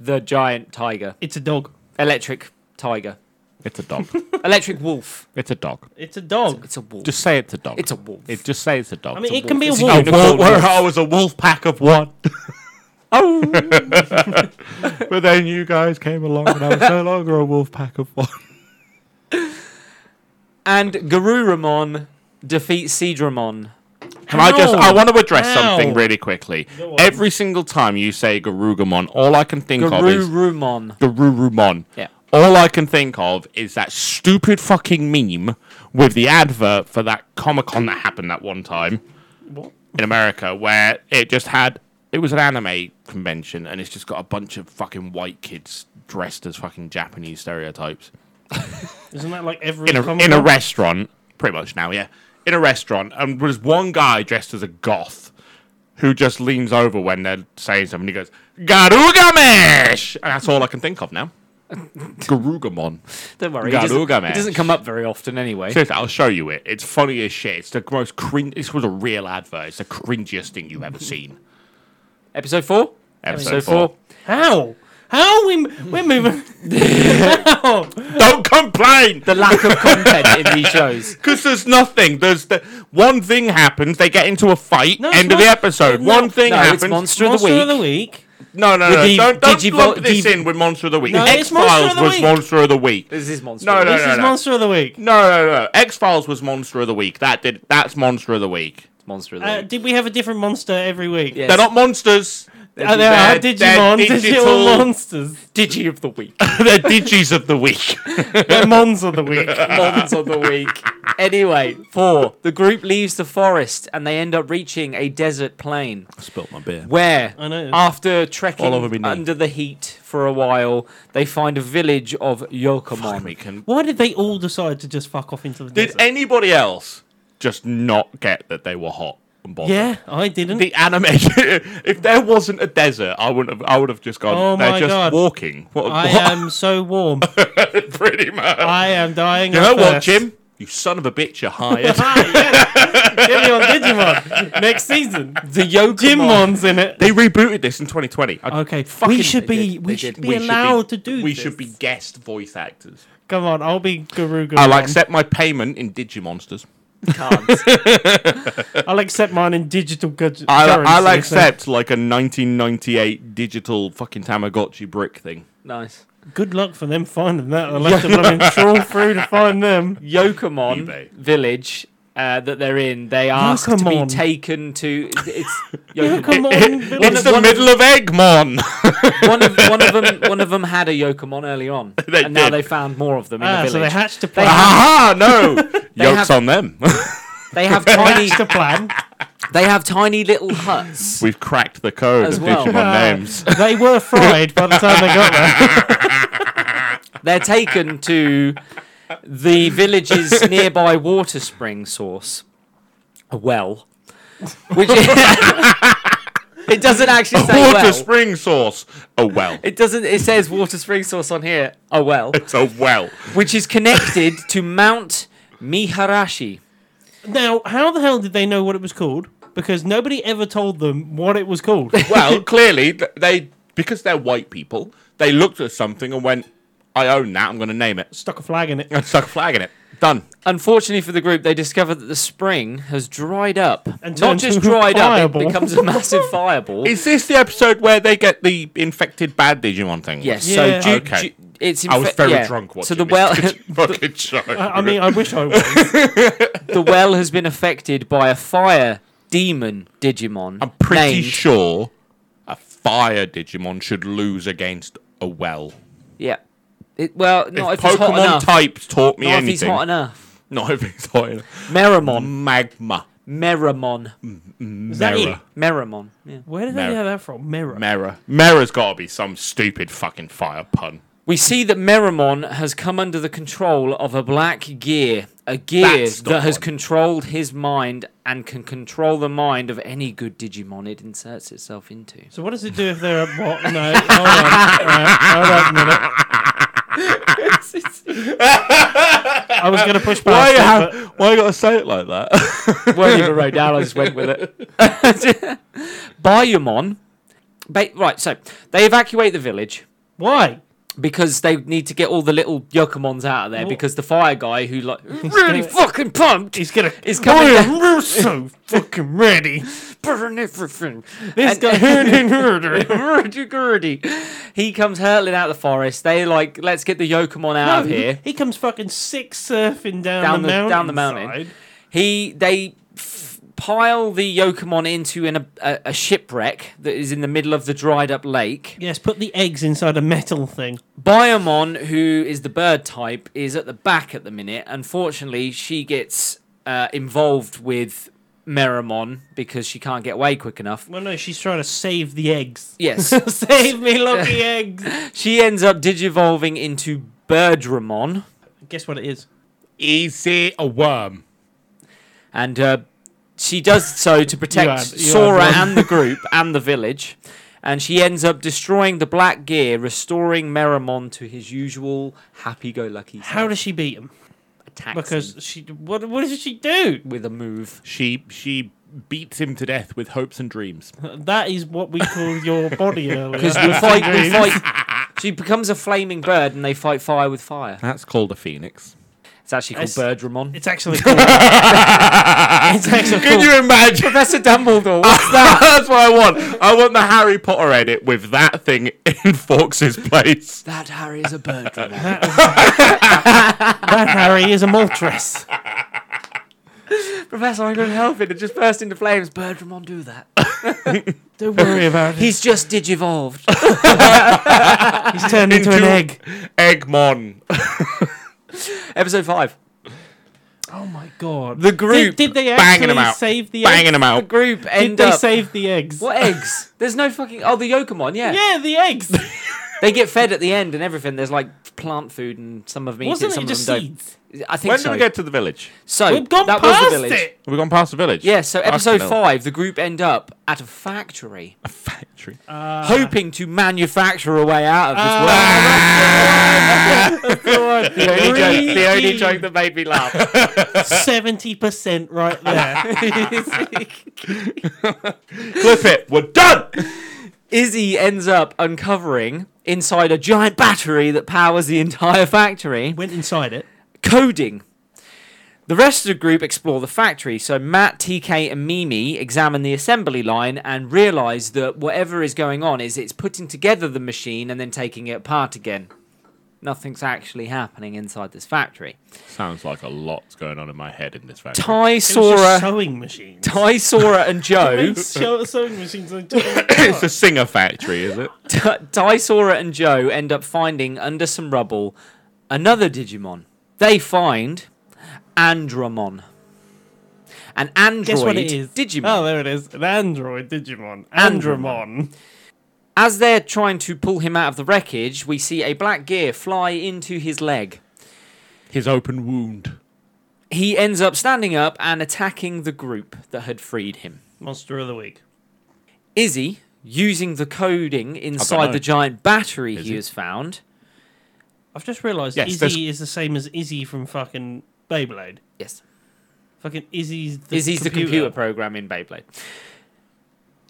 Speaker 1: the giant tiger,
Speaker 2: It's a dog.
Speaker 1: electric (laughs) tiger,
Speaker 3: It's a dog.
Speaker 1: electric wolf.
Speaker 3: it's a dog.
Speaker 2: It's a dog.
Speaker 1: It's a wolf.
Speaker 3: Just say it's a dog.
Speaker 1: It's a wolf.
Speaker 3: It, just say it's a dog.
Speaker 2: I mean,
Speaker 1: It's
Speaker 2: it
Speaker 1: a
Speaker 2: can be a
Speaker 1: wolf. It's a
Speaker 2: wolf.
Speaker 1: unicorn.
Speaker 3: Well,
Speaker 1: Cold
Speaker 3: where
Speaker 1: wolf.
Speaker 3: I was a wolf pack of one.
Speaker 1: oh,
Speaker 3: but then you guys came along and I was no longer a wolf pack of one.
Speaker 1: and Garuramon defeats Seadramon.
Speaker 3: (laughs) Can I just? I
Speaker 1: How?
Speaker 3: want to address
Speaker 2: How?
Speaker 3: something really quickly.
Speaker 2: Go on.
Speaker 3: Every single time you say Garugamon, all I can think of is
Speaker 1: Garurumon.
Speaker 3: Garurumon.
Speaker 1: Yeah.
Speaker 3: All I can think of is that stupid fucking meme with the advert for that Comic Con that happened that one time
Speaker 2: What?
Speaker 3: in America, where it just had it was an anime convention and it's just got a bunch of fucking white kids dressed as fucking Japanese stereotypes
Speaker 2: Isn't that like every
Speaker 3: in a,
Speaker 2: comic
Speaker 3: in a
Speaker 2: book?
Speaker 3: restaurant, pretty much now, yeah. In a restaurant, and there's one guy dressed as a goth who just leans over when they're saying something. He goes, Garugamesh! And that's all I can think
Speaker 2: (laughs)
Speaker 3: of now. Garugamon.
Speaker 1: Don't worry, it doesn't,
Speaker 3: Garugamesh.
Speaker 1: it doesn't come up very often anyway.
Speaker 3: Seriously, I'll show you it. It's funny as shit. It's the most cringe. This was a real advert. It's the cringiest thing you've ever seen.
Speaker 1: Episode four.
Speaker 3: Episode
Speaker 1: Episode four.
Speaker 2: How? How we we're moving? How?
Speaker 3: Don't complain!
Speaker 1: The lack of content in these (laughs) shows.
Speaker 3: Because there's nothing. There's the one thing happens. They get into a fight.
Speaker 2: No, it's
Speaker 3: end of
Speaker 2: not-
Speaker 3: the episode.
Speaker 2: no,
Speaker 3: one thing
Speaker 1: No,
Speaker 3: happens.
Speaker 1: it's Monster,
Speaker 2: Monster
Speaker 1: of the Week.
Speaker 2: of the week.
Speaker 3: No, no,
Speaker 1: With
Speaker 3: no.
Speaker 1: the
Speaker 3: don't don't
Speaker 1: Digivo-
Speaker 3: lump this
Speaker 1: Div-
Speaker 3: in with Monster of the Week.
Speaker 2: No,
Speaker 3: X
Speaker 2: it's Monster
Speaker 3: Files
Speaker 2: of the
Speaker 3: was
Speaker 2: Week.
Speaker 3: Monster of the Week. No,
Speaker 1: This is Monster.
Speaker 3: No,
Speaker 1: of the
Speaker 3: no,
Speaker 1: Week.
Speaker 2: This
Speaker 3: no,
Speaker 2: is
Speaker 3: no.
Speaker 2: Monster of the Week.
Speaker 3: no, no. X Files was Monster of the Week. That did. That's Monster of the Week.
Speaker 1: It's Monster of the
Speaker 2: Uh,
Speaker 1: Week.
Speaker 2: did we have a different monster every week?
Speaker 1: Yes.
Speaker 3: They're not monsters.
Speaker 2: Uh, there are
Speaker 3: They're-
Speaker 2: Digimon,
Speaker 3: they're
Speaker 2: digital
Speaker 3: digital-
Speaker 2: monsters.
Speaker 1: Digi of the Week.
Speaker 3: (laughs) They're digis of the (laughs) week.
Speaker 2: They're Mons of the
Speaker 3: (laughs)
Speaker 2: week.
Speaker 1: Mons of the Week. Anyway, four. The group leaves the forest and they end up reaching a desert plain
Speaker 3: Spilt my beer.
Speaker 1: where,
Speaker 2: I know.
Speaker 1: after trekking
Speaker 3: All over me knee.
Speaker 1: under the heat for a while, they find a village of (laughs) Yokomon.
Speaker 3: Can...
Speaker 2: Why did they all decide to just fuck off into the
Speaker 3: Did
Speaker 2: desert?
Speaker 3: anybody else just not get that they were hot and bothered?
Speaker 2: yeah, I didn't.
Speaker 3: e- The animation. (laughs) if there wasn't a desert, I wouldn't have. I would have just gone.
Speaker 2: Oh
Speaker 3: They're
Speaker 2: my
Speaker 3: just
Speaker 2: God.
Speaker 3: walking. What,
Speaker 2: I am so warm.
Speaker 3: what? (laughs) Pretty much.
Speaker 2: I am dying.
Speaker 3: (laughs) You
Speaker 2: of
Speaker 3: know what,
Speaker 2: thirst.
Speaker 3: Jim? You son of a bitch, you're hired.
Speaker 2: Get me on Digimon
Speaker 3: (laughs)
Speaker 2: next season.
Speaker 1: The Yokomon.
Speaker 2: Jimmon's in it.
Speaker 3: they rebooted this in 2020. I-
Speaker 2: Okay,
Speaker 3: fucking-
Speaker 2: we should
Speaker 1: they
Speaker 2: be
Speaker 1: did,
Speaker 2: we
Speaker 1: they
Speaker 2: should
Speaker 1: did.
Speaker 2: be
Speaker 3: we should
Speaker 2: allowed to do.
Speaker 3: We
Speaker 2: this.
Speaker 3: should be guest voice actors.
Speaker 2: Come on, I'll be Guru.
Speaker 3: I'll accept my payment in Digimonsters.
Speaker 1: Cards.
Speaker 2: I'll accept mine in digital gu-
Speaker 3: I'll,
Speaker 2: currency,
Speaker 3: I'll
Speaker 2: so-
Speaker 3: accept like a 1998 digital fucking Tamagotchi brick thing.
Speaker 1: nice.
Speaker 2: Good luck for them finding that. They'll
Speaker 3: (laughs)
Speaker 2: have to blooming trawl through to find them.
Speaker 1: Yokomon
Speaker 3: eBay.
Speaker 1: village uh, that they're in, they ask to
Speaker 2: Yokomon.
Speaker 1: be taken to. It's Yokomon.
Speaker 2: Come on,
Speaker 3: it's
Speaker 2: villain.
Speaker 3: the middle of Eggmon.
Speaker 1: one of one of them one of them had a Yokomon early on,
Speaker 3: They
Speaker 1: and now
Speaker 3: did.
Speaker 1: they found more of them in
Speaker 2: Ah,
Speaker 1: the
Speaker 2: so they
Speaker 1: village.
Speaker 2: hatched a
Speaker 3: (laughs)
Speaker 2: plan.
Speaker 3: Aha, no.
Speaker 1: have-
Speaker 3: Yokes on them. (laughs)
Speaker 1: they have tiny
Speaker 2: hatched a plan.
Speaker 1: they have tiny little huts.
Speaker 3: We've cracked the code
Speaker 1: As
Speaker 3: of
Speaker 1: well.
Speaker 3: Digimon
Speaker 2: Uh,
Speaker 3: names.
Speaker 2: Ah, (laughs) They were fried by the time they got there.
Speaker 3: (laughs)
Speaker 1: They're taken to the village's nearby water spring source, a well,
Speaker 3: (laughs)
Speaker 1: which (laughs) it doesn't actually say
Speaker 3: Water
Speaker 1: well.
Speaker 3: spring source. A well.
Speaker 1: It doesn't. It says water spring source on here. A well,
Speaker 3: (laughs) It's a (laughs) well.
Speaker 1: which is connected to Mount Miharashi.
Speaker 2: Now, how the hell did they know what it was called? Because nobody ever told them what it was called.
Speaker 3: Well, clearly th- they because they're white people, they looked at something and went, "I own that. I'm going to name it."
Speaker 2: Stuck a flag in it.
Speaker 3: And stuck a flag in it. Done.
Speaker 1: Unfortunately for the group, they discover that the spring has dried up.
Speaker 2: And
Speaker 1: Not
Speaker 2: turned
Speaker 1: just
Speaker 2: into a
Speaker 1: dried
Speaker 3: (laughs)
Speaker 1: up, it
Speaker 2: fireball.
Speaker 1: becomes a massive fireball.
Speaker 3: Is this the episode where they get the infected bad Digimon thing?
Speaker 1: yes. So
Speaker 2: Yeah.
Speaker 1: ju-
Speaker 3: Okay.
Speaker 1: ju- it's in
Speaker 3: I was
Speaker 1: fa-
Speaker 3: very
Speaker 1: yeah.
Speaker 3: drunk watching
Speaker 1: So the well, (laughs)
Speaker 3: this (laughs) fucking show.
Speaker 2: I I mean, I wish I was.
Speaker 1: the well has been affected by a fire demon Digimon.
Speaker 3: I'm pretty
Speaker 1: named-
Speaker 3: sure a fire Digimon should lose against a well.
Speaker 1: Yeah. It, well, not
Speaker 3: if,
Speaker 1: if, it's hot
Speaker 3: Pokemon
Speaker 1: enough.
Speaker 3: types taught me
Speaker 1: not if
Speaker 3: anything, Mm.
Speaker 1: he's hot enough.
Speaker 3: not if he's hot enough.
Speaker 1: Meramon.
Speaker 3: Magma,
Speaker 1: Meramon.
Speaker 2: Is that it?
Speaker 3: Mera,
Speaker 1: Meramon. Yeah.
Speaker 2: Where did
Speaker 3: Mera.
Speaker 2: they get that from? Mirror.
Speaker 3: Mera, Mera's got to be some stupid fucking fire pun.
Speaker 1: We see that Meramon has come under the control of a black gear, a gear
Speaker 3: That's the
Speaker 1: that has
Speaker 3: one.
Speaker 1: controlled his mind and can control the mind of any good Digimon it inserts itself into. (laughs)
Speaker 2: so what does it do if they're at what? No, hold on. All right, hold on a minute. I was going to push back.
Speaker 3: Why you
Speaker 2: but-
Speaker 3: have, why you got to say it like that? (laughs)
Speaker 1: weren't even wrote down. I just went with (laughs) it. Bayamon. Ba- right, so they evacuate the village
Speaker 2: Why?
Speaker 1: because they need to get all the little Yokomons out of there
Speaker 2: Wha-
Speaker 1: because the fire guy who like (laughs) really fucking pumped
Speaker 2: He's going to.
Speaker 1: is coming down
Speaker 2: I'm so fucking ready.
Speaker 1: burn everything.
Speaker 2: This
Speaker 1: (laughs)
Speaker 2: guy.
Speaker 1: Hurdy-gurdy. he comes hurtling out of the forest. They like, let's get the Yokomon out of here.
Speaker 2: He comes fucking six surfing
Speaker 1: Down
Speaker 2: down, the,
Speaker 1: the-
Speaker 2: mountain.
Speaker 1: down the mountain.
Speaker 2: side.
Speaker 1: He they f- pile the Yokomon into an, a, a shipwreck that is in the middle of the dried up lake.
Speaker 2: Yes, put the eggs inside a metal thing.
Speaker 1: Biomon, who is the bird type, is at the back at the minute. Unfortunately, she gets uh, involved with Meramon because she can't get away quick enough.
Speaker 2: Well, no, she's trying to save the eggs.
Speaker 1: Yes,
Speaker 2: (laughs) save (laughs) me, lucky eggs.
Speaker 1: she ends up digivolving into Birdramon,
Speaker 2: Guess what it is?
Speaker 3: Is it a worm?
Speaker 1: and uh, she does so to protect
Speaker 2: had- you had
Speaker 1: Sora
Speaker 2: one.
Speaker 1: and the group (laughs) and the village. And she ends up destroying the Black Gear, restoring Meramon to his usual happy-go-lucky self.
Speaker 2: How does she beat him?
Speaker 1: Attacks him
Speaker 2: Because she what what does she do?
Speaker 1: with a move.
Speaker 3: She she beats him to death with hopes and dreams.
Speaker 2: That is what we call your body (laughs) earlier.
Speaker 1: Because we fight, we fight. She becomes a flaming bird, and they fight fire with fire.
Speaker 3: That's called a phoenix.
Speaker 1: It's actually called
Speaker 2: That's-
Speaker 1: Bird Ramon.
Speaker 2: It's actually called, (laughs) it's actually
Speaker 3: Can
Speaker 2: called
Speaker 3: you imagine?
Speaker 1: Professor Dumbledore.
Speaker 3: (laughs) That's what I want. I want the Harry Potter edit with that thing in (laughs) Fox's
Speaker 1: (laughs)
Speaker 3: place.
Speaker 1: that Harry is a bird Ramon.
Speaker 2: that Harry is a maltress.
Speaker 1: Professor, I couldn't help it. It just burst into flames. Bird Ramon, do that.
Speaker 2: Don't worry about it.
Speaker 1: He's just digivolved.
Speaker 2: He's turned into an
Speaker 3: Into-
Speaker 2: egg.
Speaker 3: Eggmon.
Speaker 1: Episode five.
Speaker 2: Oh my god.
Speaker 1: The group
Speaker 2: Did, did they
Speaker 3: (laughs) Banging them
Speaker 2: actually
Speaker 3: out.
Speaker 2: save the eggs?
Speaker 3: Banging them
Speaker 1: The
Speaker 3: out.
Speaker 1: group
Speaker 2: Did
Speaker 1: end
Speaker 2: they
Speaker 1: up.
Speaker 2: save the eggs?
Speaker 1: what eggs? There's no fucking. Oh, the Yokomon. Yeah.
Speaker 2: Yeah,
Speaker 1: (laughs)
Speaker 2: the eggs. (laughs)
Speaker 1: They get fed at the end and everything. There's like plant food and some of them eat
Speaker 2: Wasn't
Speaker 1: it, some
Speaker 2: it
Speaker 1: of
Speaker 2: just
Speaker 1: them
Speaker 2: seeds?
Speaker 1: don't. I think
Speaker 3: When
Speaker 1: so.
Speaker 3: do we get to the village?
Speaker 1: so
Speaker 2: We've gone
Speaker 1: that
Speaker 2: past
Speaker 1: was the village.
Speaker 2: it.
Speaker 3: Have we gone past the village?
Speaker 1: Yeah. So episode
Speaker 3: Fucking hell.
Speaker 1: five, the group end up at a factory.
Speaker 3: A factory.
Speaker 1: Uh-huh. hoping to manufacture a way out of this (laughs)
Speaker 2: God,
Speaker 1: world.
Speaker 2: the only joke
Speaker 1: that made me
Speaker 2: (laughs)
Speaker 1: laugh.
Speaker 2: seventy percent right there.
Speaker 3: Clip it. We're done.
Speaker 1: (laughs) Izzy ends up uncovering inside a giant battery that powers the entire factory
Speaker 2: (laughs) Went inside it.
Speaker 1: coding. The rest of the group explore the factory, so Matt, TK, and Mimi examine the assembly line and realize that whatever is going on is it's putting together the machine and then taking it apart again. Nothing's actually happening inside this factory.
Speaker 3: Sounds like a lot's going on in my head in this factory.
Speaker 1: Ty,
Speaker 2: It was just
Speaker 1: Sora,
Speaker 2: sewing machines. (laughs)
Speaker 1: Ty, Sora, and Joe
Speaker 2: Sew- sewing machines on top
Speaker 1: (coughs)
Speaker 2: of
Speaker 3: it's a singer factory, is it?
Speaker 1: Ty, Sora, and Joe end up finding under some rubble another Digimon. They find Andromon. An android
Speaker 2: Guess what it is?
Speaker 1: Digimon.
Speaker 2: Oh, there it is. An Android Digimon. Andromon.
Speaker 1: As they're trying to pull him out of the wreckage, we see a black gear fly into his leg.
Speaker 3: his open wound.
Speaker 1: He ends up standing up and attacking the group that had freed him.
Speaker 2: Monster of the week.
Speaker 1: Izzy, using the coding
Speaker 3: know.
Speaker 1: inside the giant battery he
Speaker 3: he?
Speaker 1: has found,
Speaker 2: I've just realised
Speaker 3: Yes,
Speaker 2: Izzy
Speaker 3: there's-
Speaker 2: is the same as Izzy from fucking Beyblade.
Speaker 1: yes,
Speaker 2: Fucking Izzy's the
Speaker 1: Izzy's
Speaker 2: computer.
Speaker 1: the computer program in Beyblade.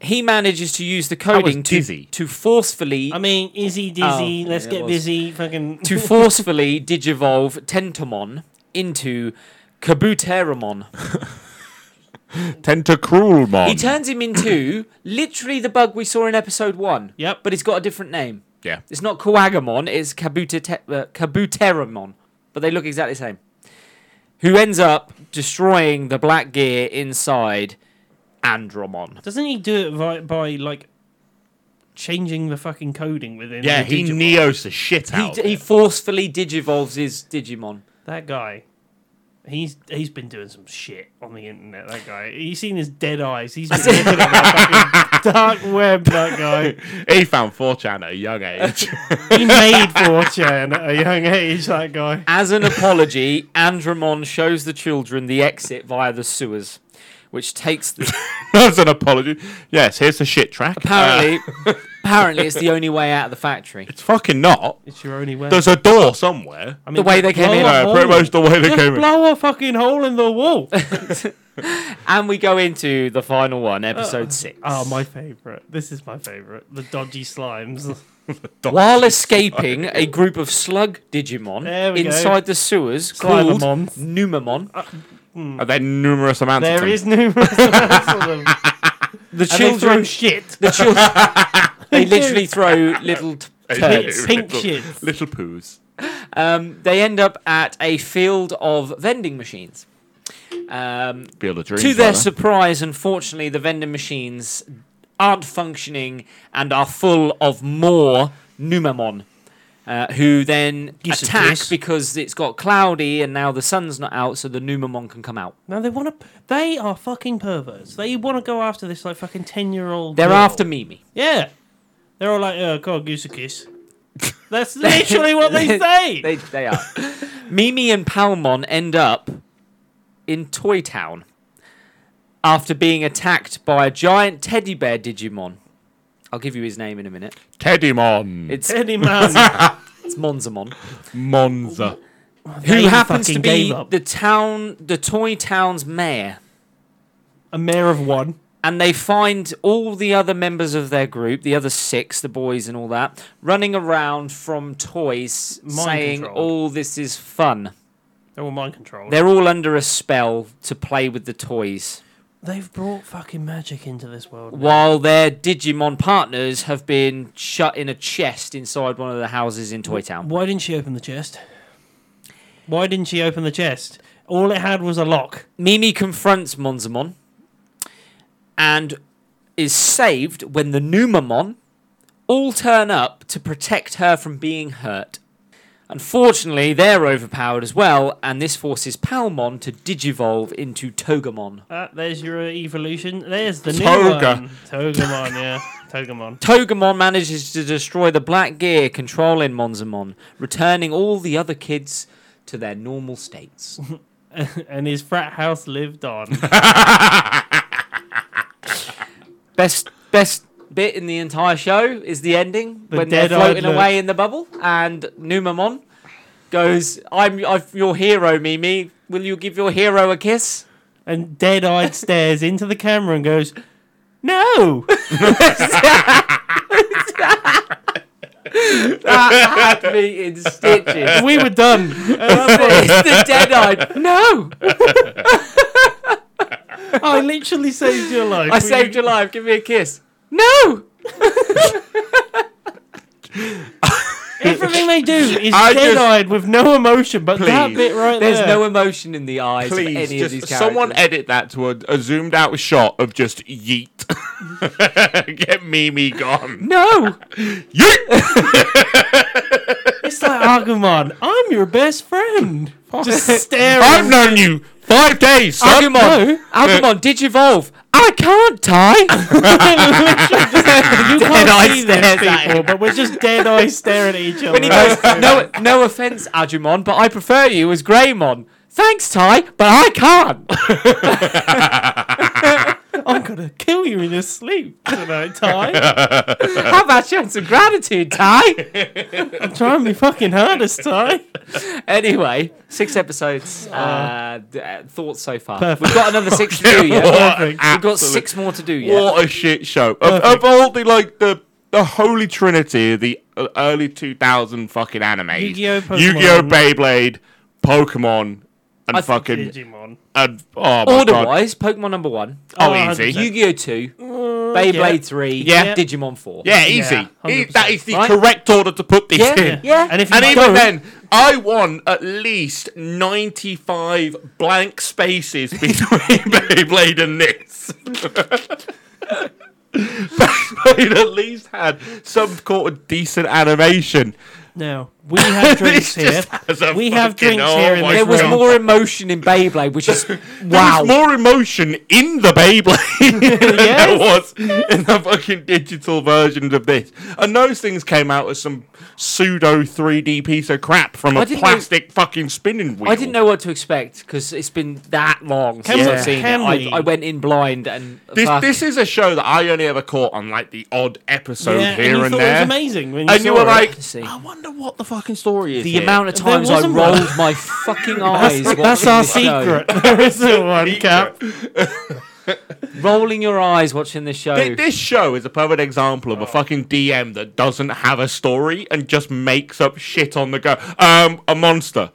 Speaker 1: He manages to use the coding to,
Speaker 3: dizzy.
Speaker 1: to forcefully
Speaker 2: I mean, (laughs) Izzy Dizzy,
Speaker 1: Oh,
Speaker 2: let's
Speaker 1: yeah, it
Speaker 2: get
Speaker 1: was.
Speaker 2: busy. Fucking
Speaker 1: to forcefully digivolve Tentomon into Kabuteramon.
Speaker 3: Tentacruel mon.
Speaker 1: He turns him into literally the bug we saw in episode one.
Speaker 2: Yep.
Speaker 1: But it's got a different name.
Speaker 3: yeah.
Speaker 1: It's not Coagamon, it's Kabute- uh, Kabuteramon. But they look exactly the same. Who ends up destroying the black gear inside Andromon.
Speaker 2: Doesn't he do it by, by like changing the fucking coding within?
Speaker 3: Yeah,
Speaker 2: the
Speaker 3: he
Speaker 2: Digimon?
Speaker 3: neos the shit
Speaker 1: He,
Speaker 3: out.
Speaker 1: he forcefully digivolves his Digimon.
Speaker 2: that guy. He's he's been doing some shit on the internet. That guy. He's seen his dead eyes. He's been looking at that fucking dark web. That guy.
Speaker 3: he found 4chan at a young
Speaker 1: (laughs)
Speaker 3: age.
Speaker 2: He made 4chan at a young age. That guy.
Speaker 1: As an apology, Andromon shows the children the exit via the sewers, which takes
Speaker 2: (laughs)
Speaker 1: the.
Speaker 3: That's an apology. Yes, here's the shit track. Uh,
Speaker 1: Apparently, apparently, it's the only way out of the factory.
Speaker 3: it's fucking not.
Speaker 2: It's your only way.
Speaker 3: There's a door somewhere.
Speaker 2: I mean,
Speaker 1: way they came in.
Speaker 2: blow a
Speaker 1: No,
Speaker 3: Uh, pretty
Speaker 2: hole.
Speaker 3: much the way they
Speaker 2: Just
Speaker 3: came in.
Speaker 2: blow a fucking hole in the wall.
Speaker 1: And we go into the final one, episode six.
Speaker 2: oh, my favorite. This is my favorite. The dodgy slimes.
Speaker 1: While escaping a group of slug Digimon
Speaker 2: There we go. Uh,
Speaker 1: inside the sewers called
Speaker 2: Slivamon.
Speaker 1: Numamon,
Speaker 3: Are there numerous amounts of
Speaker 2: There
Speaker 3: them?
Speaker 2: is numerous amounts of them.
Speaker 1: the
Speaker 2: And they throw
Speaker 1: children,
Speaker 2: shit.
Speaker 1: the children,
Speaker 2: (laughs)
Speaker 1: they literally throw little t-
Speaker 3: Hey,
Speaker 1: turds.
Speaker 2: Pink
Speaker 3: little,
Speaker 2: shits.
Speaker 3: Little poos.
Speaker 1: Um, they end up at a field of vending machines. Um,
Speaker 3: Field of dreams.
Speaker 1: to their
Speaker 3: rather.
Speaker 1: surprise, unfortunately, the vending machines aren't functioning and are full of more Numamon, uh, who then
Speaker 2: Yes, it
Speaker 1: attack
Speaker 2: is.
Speaker 1: because it's got cloudy and now the sun's not out, so the Numamon can come out.
Speaker 2: No, they want to. They are fucking perverts. They want to go after this like fucking ten year old.
Speaker 1: They're after Mimi.
Speaker 2: Yeah, they're all like, "Oh, God, goose
Speaker 1: (laughs)
Speaker 2: a kiss." That's literally what they say.
Speaker 1: They, they are. (laughs) Mimi and Palmon end up in Toy Town after being attacked by a giant teddy bear Digimon. I'll give you his name in a minute.
Speaker 3: Teddymon.
Speaker 1: It's,
Speaker 2: Teddy
Speaker 1: (laughs)
Speaker 2: man.
Speaker 1: it's Monzamon.
Speaker 3: Monza.
Speaker 1: who
Speaker 2: They
Speaker 1: happens to
Speaker 2: fucking
Speaker 1: be
Speaker 2: gave up.
Speaker 1: the town, the toy town's mayor,
Speaker 2: a mayor of one.
Speaker 1: and they find all the other members of their group, the other six, the boys and all that, running around from toys, saying
Speaker 2: controlled.
Speaker 1: all this is fun.
Speaker 2: They're all mind controlled.
Speaker 1: They're all under a spell to play with the toys,
Speaker 2: they have brought fucking magic into this world. now.
Speaker 1: while their Digimon partners have been shut in a chest inside one of the houses in Toy Town.
Speaker 2: Why didn't she open the chest? Why didn't she open the chest? All it had was a lock.
Speaker 1: Mimi confronts Monzamon and is saved when the Numamon all turn up to protect her from being hurt. Unfortunately, they're overpowered as well, and this forces Palmon to digivolve into Togemon.
Speaker 2: Uh, there's your uh, evolution. There's the new
Speaker 3: Toga.
Speaker 2: one. Togemon, yeah.
Speaker 1: (laughs)
Speaker 2: Togemon.
Speaker 1: Togemon manages to destroy the black gear controlling Monzamon, returning all the other kids to their normal states.
Speaker 2: and his frat house lived on.
Speaker 1: best best bit in the entire show is the ending
Speaker 2: The
Speaker 1: when they're
Speaker 2: dead-eyed
Speaker 1: floating
Speaker 2: look.
Speaker 1: away in the bubble and Numamon goes, "I'm I've, your hero, Mimi. Will you give your hero a kiss?"
Speaker 2: and dead eyed stares into the camera and goes, No!
Speaker 1: That had me in stitches.
Speaker 2: (laughs) We were done.
Speaker 1: it's (laughs) the (laughs) dead-eyed. No,
Speaker 2: I literally saved your life. (laughs)
Speaker 1: I saved your life. Give me a kiss. No.
Speaker 2: Everything they do
Speaker 1: (laughs)
Speaker 2: is
Speaker 3: I just-
Speaker 2: dead eyed with no emotion, but that
Speaker 3: Please.
Speaker 2: bit right
Speaker 1: There's
Speaker 2: there.
Speaker 1: no emotion in the eyes of
Speaker 3: Please,
Speaker 1: any of these
Speaker 3: just
Speaker 1: characters.
Speaker 3: someone edit that to a, a zoomed out shot of just yeet. (laughs) Get Mimi gone.
Speaker 1: no.
Speaker 3: Yeet!
Speaker 2: "Oh, It's like Agumon, I'm your best friend. Just staring.
Speaker 3: I've known you for five days. Son.
Speaker 1: Agumon, Agumon, digivolve. I can't (laughs) tie.
Speaker 2: (laughs) you
Speaker 1: Dead eye
Speaker 2: can't see
Speaker 1: stares
Speaker 2: this,
Speaker 1: at
Speaker 2: people, (laughs) but we're just dead eyes staring at each other.
Speaker 1: and he goes, (laughs) no, no offense, Agumon, but I prefer you as Greymon. Thanks, Ty, but I can't. (laughs)
Speaker 2: I'm gonna kill you in your sleep
Speaker 1: (laughs)
Speaker 2: tonight, Ty.
Speaker 1: Have our chance of gratitude,
Speaker 3: (laughs)
Speaker 1: Ty.
Speaker 2: I'm trying my fucking hardest, Ty.
Speaker 1: Anyway, six episodes. Uh, d- uh, thoughts so far.
Speaker 2: Perfect.
Speaker 1: We've got another six to
Speaker 3: (laughs)
Speaker 1: do yet.
Speaker 3: What
Speaker 2: Perfect.
Speaker 3: an
Speaker 1: We've got
Speaker 3: absolute-
Speaker 1: six more to do yet.
Speaker 3: What a shit show. Of, of all the like the the holy trinity, of the uh, early two thousand fucking animes.
Speaker 2: Yu-Gi-Oh, Pokemon.
Speaker 3: Yu-Gi-Oh, Beyblade, Pokemon, and
Speaker 1: I think
Speaker 3: fucking
Speaker 2: Digimon.
Speaker 3: and oh my
Speaker 1: Order
Speaker 3: god.
Speaker 1: wise, Pokemon number one,
Speaker 3: Oh,
Speaker 2: Oh,
Speaker 3: easy.
Speaker 2: 100%.
Speaker 1: Yu-Gi-Oh two, Beyblade three,
Speaker 3: Uh, Yeah.
Speaker 1: Digimon four.
Speaker 3: yeah, easy.
Speaker 2: Yeah,
Speaker 3: E- that is the
Speaker 1: right?
Speaker 3: correct order to put this
Speaker 1: Yeah,
Speaker 3: in.
Speaker 1: yeah.
Speaker 2: And if you
Speaker 3: And
Speaker 2: don't,
Speaker 3: even then, I won at least 95 blank
Speaker 1: (laughs)
Speaker 3: spaces between (laughs) Beyblade and this. (laughs) Beyblade at least had some sort of decent animation.
Speaker 2: no, we
Speaker 3: (laughs)
Speaker 2: have drinks
Speaker 3: This
Speaker 2: here.
Speaker 3: just has a
Speaker 2: We have
Speaker 3: fucking-
Speaker 2: drinks
Speaker 3: oh
Speaker 2: here in
Speaker 3: my
Speaker 1: There
Speaker 2: this
Speaker 1: was
Speaker 2: room.
Speaker 1: more emotion in Beyblade, which is wow.
Speaker 3: (laughs) There was more emotion in the Beyblade (laughs) than
Speaker 1: (laughs)
Speaker 3: there
Speaker 2: Yes.
Speaker 3: was in the fucking digital versions of this. And those things came out as some pseudo 3D piece of crap from
Speaker 1: I
Speaker 3: a
Speaker 1: didn't know-
Speaker 3: plastic fucking spinning wheel.
Speaker 1: I didn't know what to expect because it's been that long since
Speaker 2: we-
Speaker 1: I've seen
Speaker 2: can
Speaker 1: it.
Speaker 2: we-
Speaker 1: I, I went in blind and
Speaker 3: This,
Speaker 1: fuck.
Speaker 3: this is a show that I only ever caught on like the odd episode
Speaker 2: yeah, and
Speaker 3: here
Speaker 2: you
Speaker 3: and,
Speaker 2: thought it was
Speaker 3: there.
Speaker 2: amazing when you
Speaker 3: and you
Speaker 2: saw
Speaker 3: were
Speaker 2: it.
Speaker 3: like,
Speaker 1: See.
Speaker 3: I wonder what the fucking story is.
Speaker 1: the
Speaker 3: here."
Speaker 1: amount of
Speaker 2: There
Speaker 1: times I
Speaker 2: wasn't one.
Speaker 1: rolled my
Speaker 3: (laughs)
Speaker 1: fucking eyes.
Speaker 2: that's, that's
Speaker 1: watching this show.
Speaker 2: our secret. (laughs) there isn't one, Cap.
Speaker 1: Rolling your eyes watching this show.
Speaker 3: Th- This show is a perfect example of
Speaker 1: Oh.
Speaker 3: a fucking DM that doesn't have a story and just makes up shit on the go. Um, a monster.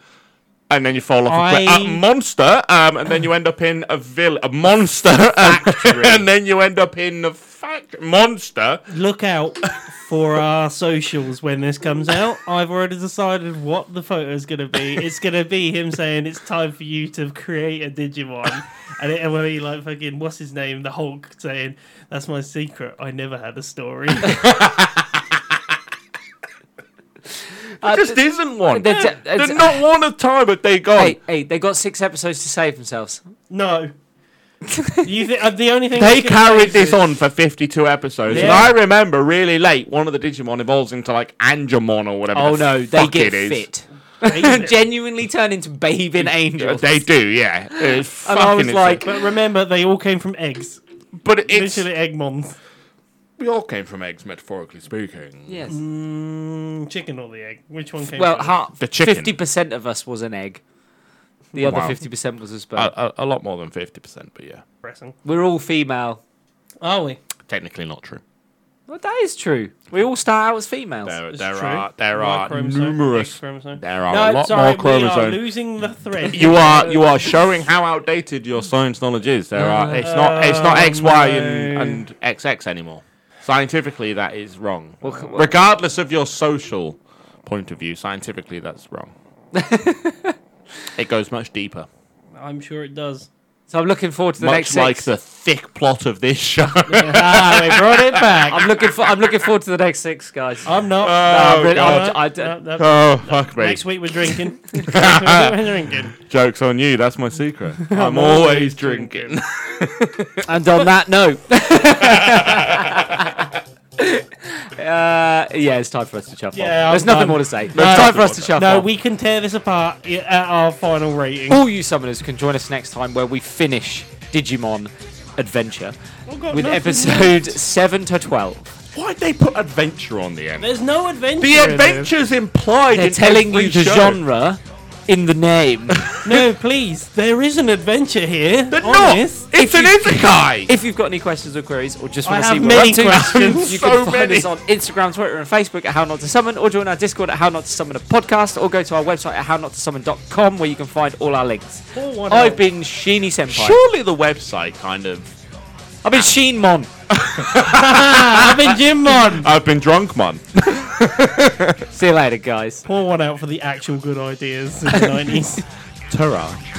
Speaker 3: And then you fall off a
Speaker 2: I-
Speaker 3: cliff. A monster, um, and then you end up in a vill a monster, (laughs) and, and then you end up in a fact monster.
Speaker 2: Look out for our socials when this comes out. I've already decided what the photo's going to be. It's going to be him saying it's time for you to create a Digimon. And it will be like fucking, what's his name? The Hulk saying, that's my secret. I never had a story. (laughs)
Speaker 1: Uh,
Speaker 3: Just
Speaker 1: th-
Speaker 3: isn't one.
Speaker 1: that's-
Speaker 3: There's
Speaker 1: that's-
Speaker 3: not one a time that they gone.
Speaker 1: hey, hey, they got six episodes to save themselves.
Speaker 2: no. You thi- uh, the only thing I
Speaker 3: They
Speaker 2: can
Speaker 3: carried
Speaker 2: say
Speaker 3: this
Speaker 2: is-
Speaker 3: on for 52 episodes. And
Speaker 2: Yeah.
Speaker 3: I remember really late, one of the Digimon evolves into like Angemon or whatever.
Speaker 1: Oh
Speaker 3: the
Speaker 1: no, they
Speaker 3: fuck
Speaker 1: get
Speaker 3: it is.
Speaker 1: fit.
Speaker 3: (laughs)
Speaker 2: Hate it.
Speaker 1: Genuinely turn into bathing
Speaker 3: Yeah,
Speaker 1: angels.
Speaker 3: They do, yeah. It's
Speaker 1: (laughs) And I was
Speaker 3: fucking
Speaker 1: like-
Speaker 3: insane.
Speaker 2: But remember, they all came from eggs.
Speaker 3: but it's
Speaker 2: Literally Eggmons.
Speaker 3: we all came from eggs, metaphorically speaking.
Speaker 1: Yes.
Speaker 2: Mm, chicken or the egg? Which one came
Speaker 1: Well,
Speaker 2: first?
Speaker 1: half,
Speaker 3: The chicken.
Speaker 1: fifty percent of us was an egg. The other
Speaker 3: Wow. Uh,
Speaker 1: fifty percent was a sperm.
Speaker 3: A, a, a lot more than fifty percent, but yeah,
Speaker 2: Pressing.
Speaker 1: We're all female.
Speaker 2: Are we?
Speaker 3: technically not true.
Speaker 1: Well, that is true. We all start out as females.
Speaker 3: There,
Speaker 2: It's
Speaker 3: there
Speaker 2: true.
Speaker 3: are there
Speaker 2: Y
Speaker 3: are
Speaker 2: chromosome, X
Speaker 3: numerous.
Speaker 2: chromosome.
Speaker 3: There are
Speaker 2: No,
Speaker 3: a lot
Speaker 2: sorry,
Speaker 3: more
Speaker 2: We are
Speaker 3: chromosomes.
Speaker 2: losing the thread.
Speaker 3: You are you are showing how outdated your science knowledge is. There are it's not it's not X Y and,
Speaker 2: no.
Speaker 3: and XX anymore. Scientifically, that is wrong.
Speaker 1: Well, c- well-
Speaker 3: Regardless of your social point of view, scientifically that's wrong. it goes much deeper.
Speaker 2: I'm sure it does.
Speaker 1: So I'm looking forward to the next
Speaker 3: much
Speaker 1: six. (laughs)
Speaker 3: like the thick plot of this show. (laughs)
Speaker 2: ah, we brought it back.
Speaker 1: I'm (laughs) looking for. I'm looking forward to the next six guys.
Speaker 2: I'm not.
Speaker 3: Uh,
Speaker 1: I'm really-
Speaker 2: No,
Speaker 1: I'm-
Speaker 2: no,
Speaker 1: I
Speaker 2: no,
Speaker 1: don't-
Speaker 2: no.
Speaker 3: oh fuck me!
Speaker 2: Next week we're drinking. (laughs) Next week we're drinking.
Speaker 3: Jokes on you. That's my secret. I'm always drinking.
Speaker 1: And on that note, (laughs) uh, yeah, it's time for us to chuff
Speaker 2: Yeah,
Speaker 1: on. There's
Speaker 2: I'm
Speaker 1: nothing
Speaker 2: done.
Speaker 1: more to say.
Speaker 3: No,
Speaker 1: it's time for
Speaker 3: no,
Speaker 1: us to chuff
Speaker 2: No,
Speaker 1: on.
Speaker 2: we can tear this apart i- at our final rating.
Speaker 1: All you summoners can join us next time where we finish Digimon Adventure
Speaker 2: We've got
Speaker 1: with
Speaker 2: nothing
Speaker 1: episode seven to twelve.
Speaker 3: (laughs) Why'd they put adventure on the end?
Speaker 2: There's no adventure.
Speaker 3: The
Speaker 2: in this.
Speaker 3: adventure's implied.
Speaker 1: They're
Speaker 3: in
Speaker 1: telling
Speaker 3: every
Speaker 1: you the
Speaker 3: show.
Speaker 1: genre in the name.
Speaker 2: No, please. There is an adventure here.
Speaker 3: They're not.
Speaker 2: honest.
Speaker 1: If
Speaker 3: It's an
Speaker 1: you-
Speaker 3: isekai.
Speaker 1: If you've got any questions or queries, or just
Speaker 2: I
Speaker 1: want to
Speaker 2: have
Speaker 1: see what we're
Speaker 2: many
Speaker 1: up to, (laughs)
Speaker 2: questions.
Speaker 1: you
Speaker 3: So
Speaker 1: can find
Speaker 3: many.
Speaker 1: us on Instagram, Twitter, and Facebook at How Not to Summon, or join our Discord at How Not to Summon a Podcast, or go to our website at HowNotToSummon.com where you can find all our links.
Speaker 2: Or what
Speaker 1: I've
Speaker 2: else?
Speaker 1: been Sheeny Senpai.
Speaker 3: Surely the website kind of.
Speaker 1: I've been Sheenmon.
Speaker 2: Ah, I've been Jimmon.
Speaker 3: I've been drunk, man.
Speaker 1: See you later, guys.
Speaker 2: Pour one out for the actual good ideas in the 90s.
Speaker 3: Tara.